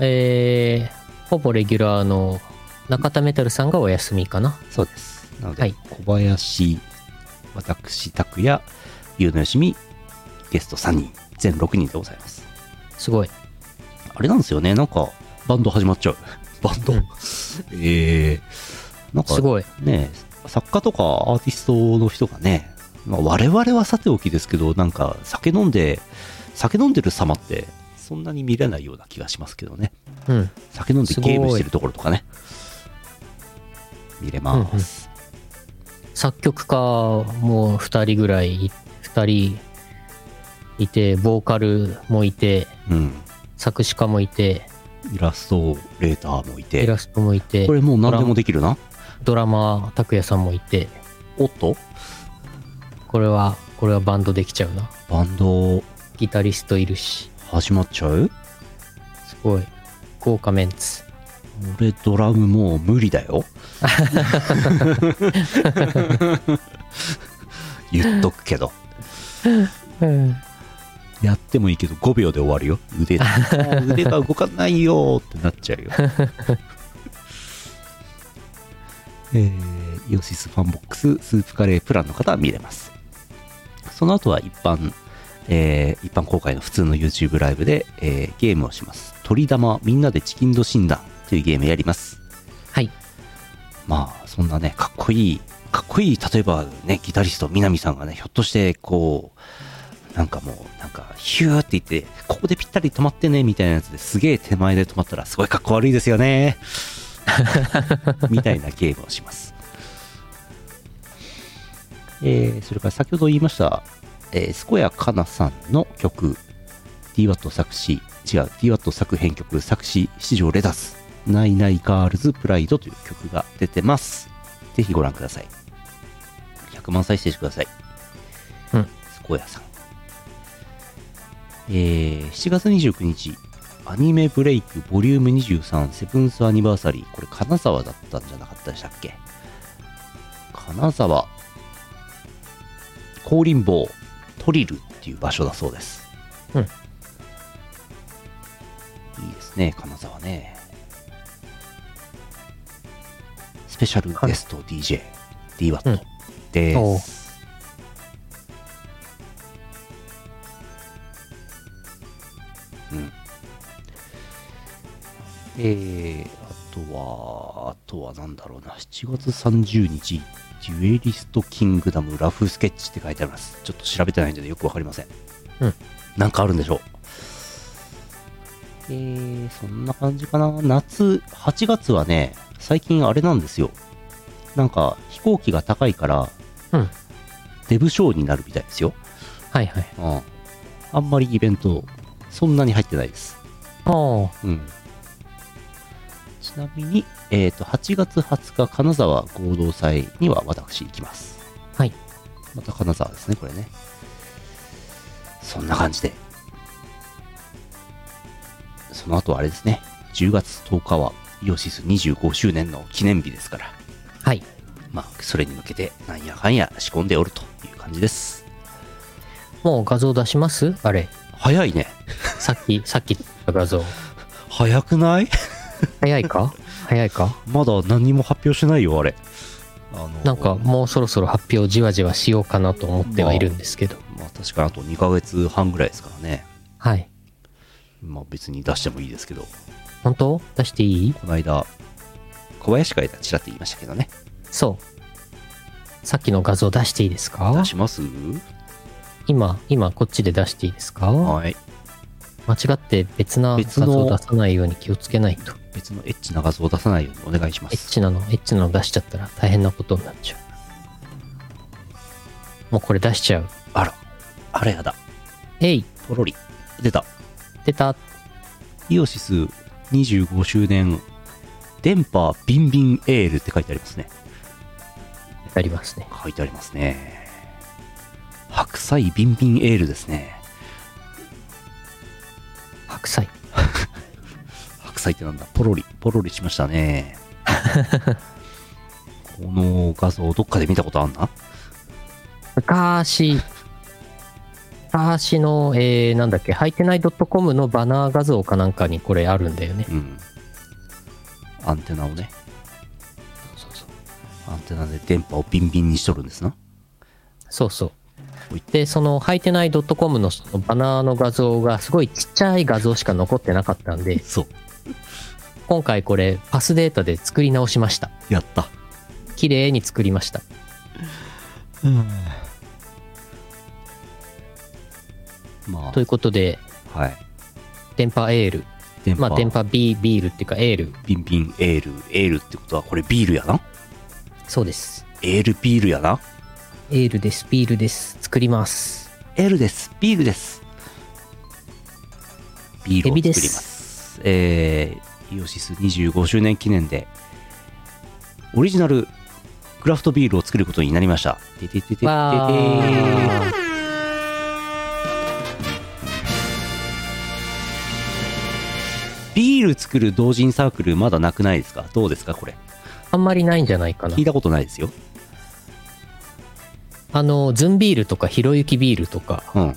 Speaker 7: えー、ほぼレギュラーの中田メタルさんがお休みかな。
Speaker 2: そうですなので、
Speaker 7: はい
Speaker 2: 小林私拓也ゆうのよしみゲスト3人全6人でございます
Speaker 7: すごい。
Speaker 2: あれなんですよねなんかバンド始まっちゃうバンド、 <laughs>
Speaker 7: うん
Speaker 2: えー、なんか
Speaker 7: すごい。
Speaker 2: ねえ作家とかアーティストの人がね、まあ、我々はさておきですけどなんか酒飲んで酒飲んでる様ってそんなに見れないような気がしますけどね
Speaker 7: うん。
Speaker 2: 酒飲んです
Speaker 7: ごい
Speaker 2: ゲームしてるところとかね見れます、
Speaker 7: 作曲家も2人ぐらい、2人いて、ボーカルもいて、
Speaker 2: うん
Speaker 7: 作詞家もいて、
Speaker 2: イラストレーターもい
Speaker 7: イ
Speaker 2: て
Speaker 7: ラストもいて
Speaker 2: こ、れもう何でもできるな
Speaker 7: ドラマー拓也さんもいて、
Speaker 2: おっと
Speaker 7: これは、これはバンドできちゃうな。
Speaker 2: バンド
Speaker 7: ギタリストいるし、
Speaker 2: 始まっちゃう
Speaker 7: すごい。豪華メンツ。
Speaker 2: 俺ドラムもう無理だよ言っとくけどやってもいいけど5秒で終わるよ腕もう腕が動かないよってなっちゃうよえーイオシスファンボックススープカレープランの方は見れますその後は一般、えー一般公開の普通の YouTube ライブで、えーゲームをします鳥玉みんなでチキンド診断というゲームやります
Speaker 7: はい。
Speaker 2: まあそんなねかっこいいかっこいい例えばねギタリスト南さんがねひょっとしてこうなんかもうなんかヒューって言ってここでぴったり止まってねみたいなやつですげえ手前で止まったらすごいかっこ悪いですよねみたいなゲームをしますえーそれから先ほど言いました、えー、健やかなさんの曲 DWAT 作詞違う DWAT 作編曲作詞七条レタスないないガールズプライドという曲が出てます。ぜひご覧ください。100万再生してください。
Speaker 7: うん。
Speaker 2: 健やさん。えー、7月29日、アニメブレイクボリューム23セブンスアニバーサリー。これ金沢だったんじゃなかったでしたっけ金沢、高林坊、トリルっていう場所だそうです。
Speaker 7: うん
Speaker 2: いいですね、金沢ね。スペシャルゲスト DJ、
Speaker 7: う
Speaker 2: DWAT
Speaker 7: ん
Speaker 2: で
Speaker 7: おう
Speaker 2: す。うん。えー、あとは、あとはなんだろうな、7月30日、デュエリストキングダムラフスケッチって書いてあります。ちょっと調べてないんでよくわかりません。
Speaker 7: うん。
Speaker 2: なんかあるんでしょう。えー、そんな感じかな。夏、8月はね、最近あれなんですよ。なんか飛行機が高いから、
Speaker 7: うん
Speaker 2: デブショーになるみたいですよ。
Speaker 7: はいはい。
Speaker 2: うん。あんまりイベント、そんなに入ってないです。
Speaker 7: おー
Speaker 2: うん。ちなみに、えっ、と、8月20日、金沢合同祭には私行きます。
Speaker 7: はい。
Speaker 2: また金沢ですね、これね。そんな感じで。その後はあれですね、10月10日はイオシス25周年の記念日ですから、
Speaker 7: はい。
Speaker 2: まあ、それに向けて、なんやかんや仕込んでおるという感じです。
Speaker 7: もう画像出しますあれ。
Speaker 2: 早いね。
Speaker 7: さっき、 <laughs> さっきの画像。
Speaker 2: 早くない <laughs>
Speaker 7: 早いか早いか
Speaker 2: まだ何も発表してないよ、あれ。あの
Speaker 7: なんかもうそろそろ発表じわじわしようかなと思ってはいるんですけど。
Speaker 2: まあ確かにあと2ヶ月半ぐらいですからね。
Speaker 7: はい。
Speaker 2: まあ別に出してもいいですけど、
Speaker 7: 本当出していい
Speaker 2: この間、小林会でちらって言いましたけどね。
Speaker 7: そう。さっきの画像出していいですか
Speaker 2: 出します
Speaker 7: 今、今こっちで出していいですか
Speaker 2: はい。
Speaker 7: 間違って別な
Speaker 2: 別
Speaker 7: 画
Speaker 2: の
Speaker 7: 像出さないように気をつけないと。
Speaker 2: 別のエッチな画像を出さないようにお願いしま
Speaker 7: エッ
Speaker 2: す。
Speaker 7: チなの、エッチなの出しちゃったら大変なことになっちゃう。もうこれ出しちゃう。
Speaker 2: あら、あれやだ。
Speaker 7: えい
Speaker 2: ポロリ。出た。
Speaker 7: 出た
Speaker 2: イオシス25周年、電波ビンビンエールって書いてありますね。
Speaker 7: ありますね。
Speaker 2: 書いてありますね。白菜ビンビンエールですね。
Speaker 7: 白菜。
Speaker 2: 白菜ってなんだポロリポロリしました
Speaker 7: <laughs>
Speaker 2: ねこの画像どっかで見たことあんな
Speaker 7: 昔、昔の、えー、なんだっけ、はいてない .com のバナー画像かなんかにこれあるんだよね。
Speaker 2: うんアンテナをねそうそうそうアンテナで電波をビンビンにしとるんですな
Speaker 7: そうそう
Speaker 2: ほい。
Speaker 7: で、その、はいてない .com のそのバナーの画像が、すごいちっちゃい画像しか残ってなかったんで、
Speaker 2: そう
Speaker 7: 今回これ、パスデータで作り直しました。
Speaker 2: やった
Speaker 7: 綺麗に作りました。
Speaker 2: ま
Speaker 7: ということで、
Speaker 2: あはい
Speaker 7: 電波エール。
Speaker 2: 電
Speaker 7: ま
Speaker 2: 波,、
Speaker 7: あ、電波ビービールっていうか、エール。
Speaker 2: ビンビンエールエールってことはこれビールやな
Speaker 7: そうです。
Speaker 2: エールビールやな
Speaker 7: エールです。ビールです。作ります。
Speaker 2: エールですビールですビールを
Speaker 7: エ
Speaker 2: 作
Speaker 7: ビ
Speaker 2: り
Speaker 7: で
Speaker 2: ますすえーイオシス25周年記念でオリジナルクラフトビールを作ることになりましたてててててて
Speaker 7: わー
Speaker 2: ビール作る同人サークルまだなくないですかどうですかこれ
Speaker 7: あんまりないんじゃないかな
Speaker 2: 聞い。たことないですよ
Speaker 7: あの、ズンビールとか、ひろゆきビールとか、
Speaker 2: うん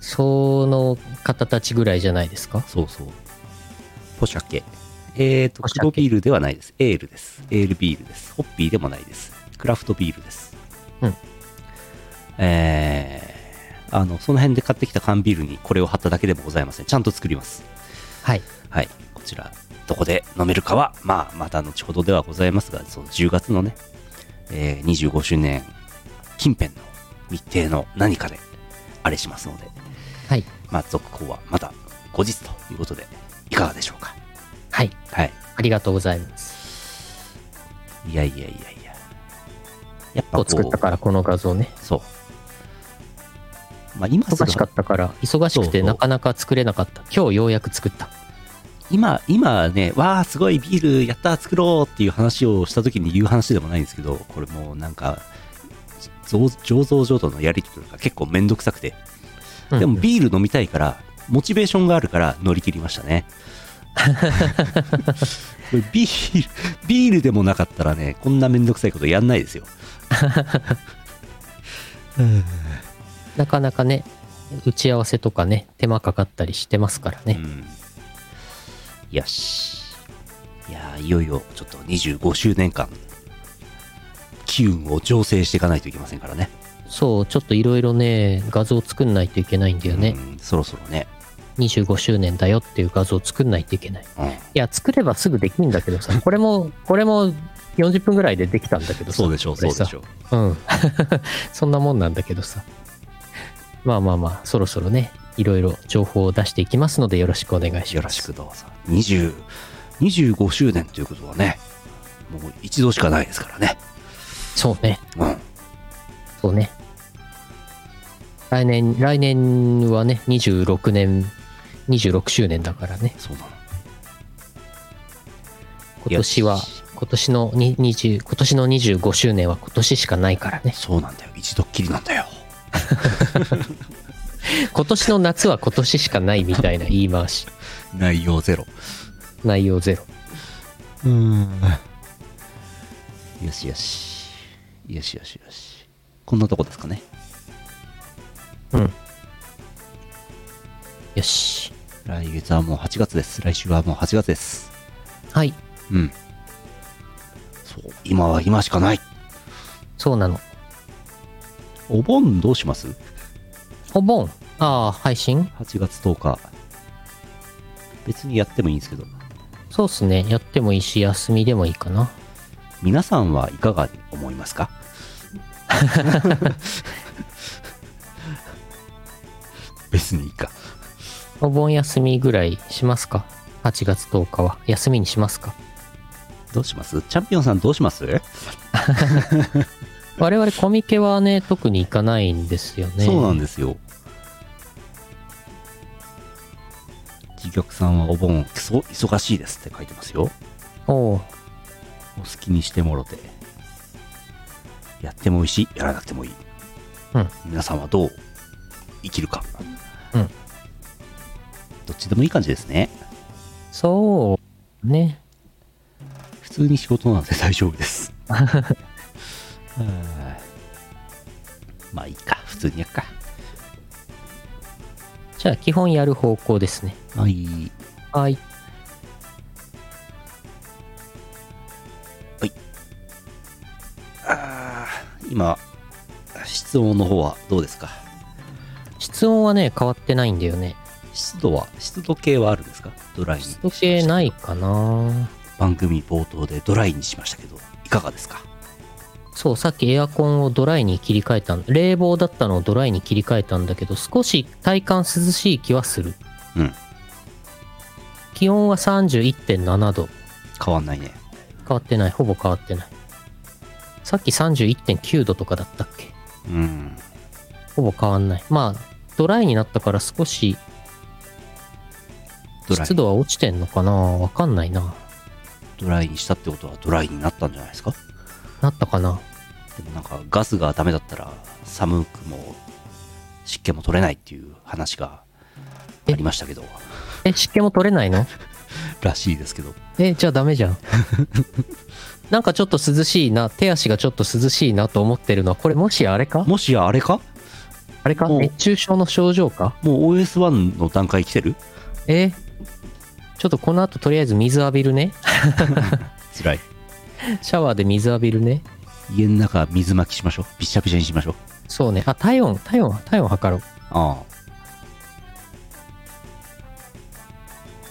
Speaker 7: その方たちぐらいじゃないですか
Speaker 2: そうそう。ポシャケ。えーと、
Speaker 7: ポシャケ
Speaker 2: 黒ビールではないです。エールです。エールビールです。ホッピーでもないです。クラフトビールです。
Speaker 7: うん。
Speaker 2: えー、あの、その辺で買ってきた缶ビールにこれを貼っただけでもございません。ちゃんと作ります。
Speaker 7: はい。
Speaker 2: はい。こちら、どこで飲めるかは、まあ、また後ほどではございますが、その10月のね、えー25周年近辺の日程の何かで、あれしますので、
Speaker 7: はい。
Speaker 2: まあ、続行はまた後日ということで、いかがでしょうか。
Speaker 7: はい。
Speaker 2: はい。
Speaker 7: ありがとうございます。
Speaker 2: いやいやいやいや。やっぱ
Speaker 7: こ
Speaker 2: こ
Speaker 7: う
Speaker 2: う、
Speaker 7: 作ったから、この画像ね。
Speaker 2: そう。まあ、今す
Speaker 7: 忙しか
Speaker 2: ぐ
Speaker 7: っ、たから、忙し
Speaker 2: そ
Speaker 7: く
Speaker 2: う
Speaker 7: て
Speaker 2: そう
Speaker 7: なかなか作れなかった。今日ようやく作った。
Speaker 2: 今、今ね、わあ、すごいビール、やった、作ろうっていう話をした時に言う話でもないんですけど、これもうなんか、醸醸造所とのやり取りが結構めんどくさくて、
Speaker 7: うん
Speaker 2: でもビール飲みたいから、モチベーションがあるから乗り切りました
Speaker 7: <laughs>
Speaker 2: ね。これビール、ビールでもなかったらね、こんなめんどくさいことやんないですよ。
Speaker 7: なかなかね、打ち合わせとかね、手間かかったりしてますからね。
Speaker 2: うん、よしいやーいよいよちょっと25周年間機運を醸成していかないといけませんからね
Speaker 7: そう、ちょっといろいろね、画像作んないといけないんだよね
Speaker 2: う。んそろそろね、
Speaker 7: 25周年だよっていう画像作んないといけない。い
Speaker 2: うん、
Speaker 7: や、作ればすぐできるんだけどさ、これも、これも40分ぐらいでできたんだけどさ。
Speaker 2: そうでしょう
Speaker 7: これ
Speaker 2: そうで
Speaker 7: さ
Speaker 2: しょう
Speaker 7: うん。 <laughs> そんなもんなんだけどさ。まあまあまあ、そろそろね、いろいろ情報を出していきますので、よろしくお願いします。
Speaker 2: よろしく。どうぞ20 25周年ということはねもう一度しかないですからね
Speaker 7: そうね。
Speaker 2: うん
Speaker 7: そうね。来年、来年はね、26年、26周年だからね。
Speaker 2: そうなの
Speaker 7: 今年は
Speaker 2: よし、
Speaker 7: 今年のに20、今年の25周年は今年しかないから
Speaker 2: <laughs>
Speaker 7: ね。
Speaker 2: そうなんだよ一度っきりなんだよ
Speaker 7: 今年の夏は今年しかないみたいな言い回し。
Speaker 2: 内容ゼロ
Speaker 7: 内容ゼロ。
Speaker 2: よしよしよしよしよしこんなとこですかね
Speaker 7: よし。
Speaker 2: 来月はもう8月です来週はもう8月です
Speaker 7: はい。
Speaker 2: うんそう今は今しかない
Speaker 7: そうなの。
Speaker 2: お盆どうします
Speaker 7: お盆。ああ、配信
Speaker 2: ?8 月10日別にやってもいいんですけど
Speaker 7: そうっすね。やってもいいし、休みでもいいかな。
Speaker 2: 皆さんはいかが思います
Speaker 7: <laughs>
Speaker 2: か別にいいか
Speaker 7: お盆休みぐらいしますか ?8 月10日は。休みにしますか
Speaker 2: どうしますチャンピオンさんどうします、
Speaker 7: 我々コミケはね、特に行かないんですよね。
Speaker 2: そうなんですよ自玉さんはお盆クソ忙しいですって書いてますよ
Speaker 7: お
Speaker 2: お
Speaker 7: う
Speaker 2: 好きにしてもろてやってもいいしやらなくてもいい、
Speaker 7: うん
Speaker 2: 皆さんはどう生きるか、
Speaker 7: うん
Speaker 2: どっちでもいい感じですね
Speaker 7: そう。ね。
Speaker 2: 普通に仕事なんで大丈夫ですはい <laughs> まあいいか普通にやっか
Speaker 7: じゃあ、基本やる方向ですね。
Speaker 2: はい
Speaker 7: はい。
Speaker 2: あー今室温の方はどうですか
Speaker 7: 室温はね、変わってないんだよね。
Speaker 2: 湿度は湿度計はあるんですかドライに
Speaker 7: 湿度計ないかな。
Speaker 2: 番組冒頭でドライにしましたけどいかがですか
Speaker 7: そう、さっきエアコンをドライに切り替えたん冷房だったのをドライに切り替えたんだけど、少し体感涼しい気はする。
Speaker 2: うん
Speaker 7: 気温は31.7度。
Speaker 2: 変わんないね
Speaker 7: 変わってない。ほぼ変わってない。さっき31.9度とかだったっけ
Speaker 2: うん
Speaker 7: ほぼ変わんない。まあ、ドライになったから少し
Speaker 2: ドライ
Speaker 7: 湿度は落ちてんのかなわかんないな。
Speaker 2: ドライにしたってことはドライになったんじゃないですか
Speaker 7: なったかな
Speaker 2: でもなんかガスがダメだったら寒くも湿気も取れないっていう話がありましたけど
Speaker 7: え、湿気も取れないの
Speaker 2: らしいですけど
Speaker 7: え、じゃあダメじゃん。なんかちょっと涼しいな、手足がちょっと涼しいなと思ってるのは、これもしあれか
Speaker 2: もしやあれか
Speaker 7: あれか
Speaker 2: お
Speaker 7: 熱中症の症状か
Speaker 2: もう OS1 の段階来てる
Speaker 7: えーちょっとこの後とりあえず水浴びるね。
Speaker 2: 辛い。
Speaker 7: シャワーで水浴びるね。
Speaker 2: 家の中水まきしましょう。びっしゃびしゃにしましょう。
Speaker 7: そうね。あ、体温、体温、体温測ろう。
Speaker 2: あ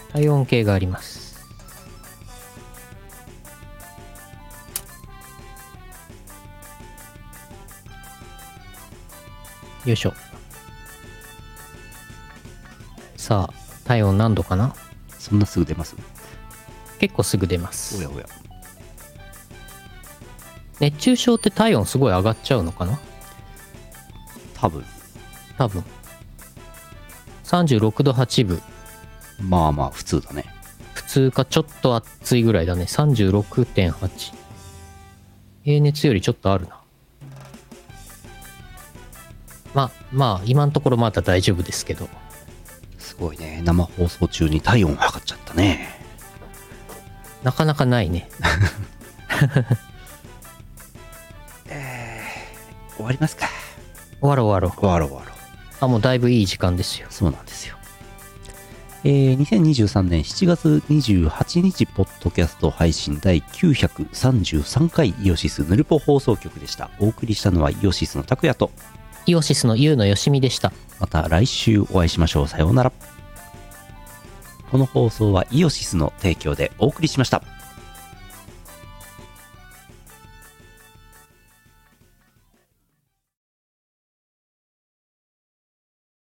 Speaker 2: あ。
Speaker 7: 体温計があります。よいしょ。さあ、体温何度かな
Speaker 2: そんなすぐ出ます
Speaker 7: 結構すぐ出ま
Speaker 2: お
Speaker 7: す
Speaker 2: や。おや。
Speaker 7: 熱中症って体温すごい上がっちゃうのかな
Speaker 2: 多分。
Speaker 7: 多分。36度8分。
Speaker 2: まあまあ、普通だね。
Speaker 7: 普通かちょっと暑いぐらいだね36.8平熱よりちょっとあるなまあまあ今のところまだ大丈夫ですけど
Speaker 2: すごいね。生放送中に体温測っちゃったね。
Speaker 7: なかなかないね
Speaker 2: 終わりますか。
Speaker 7: 終わろう終わろ
Speaker 2: 終わろう終わろう。
Speaker 7: うあもうだいぶいい時間ですよ
Speaker 2: そうなんですよ。えー、2023年7月28日、ポッドキャスト配信第933回イオシスヌルポ放送局でした。お送りしたのはイオシスの拓也と、
Speaker 7: イオシスのユウのよしみでした
Speaker 2: また来週お会いしましょう。さようなら。この放送はイオシスの提供でお送りしました。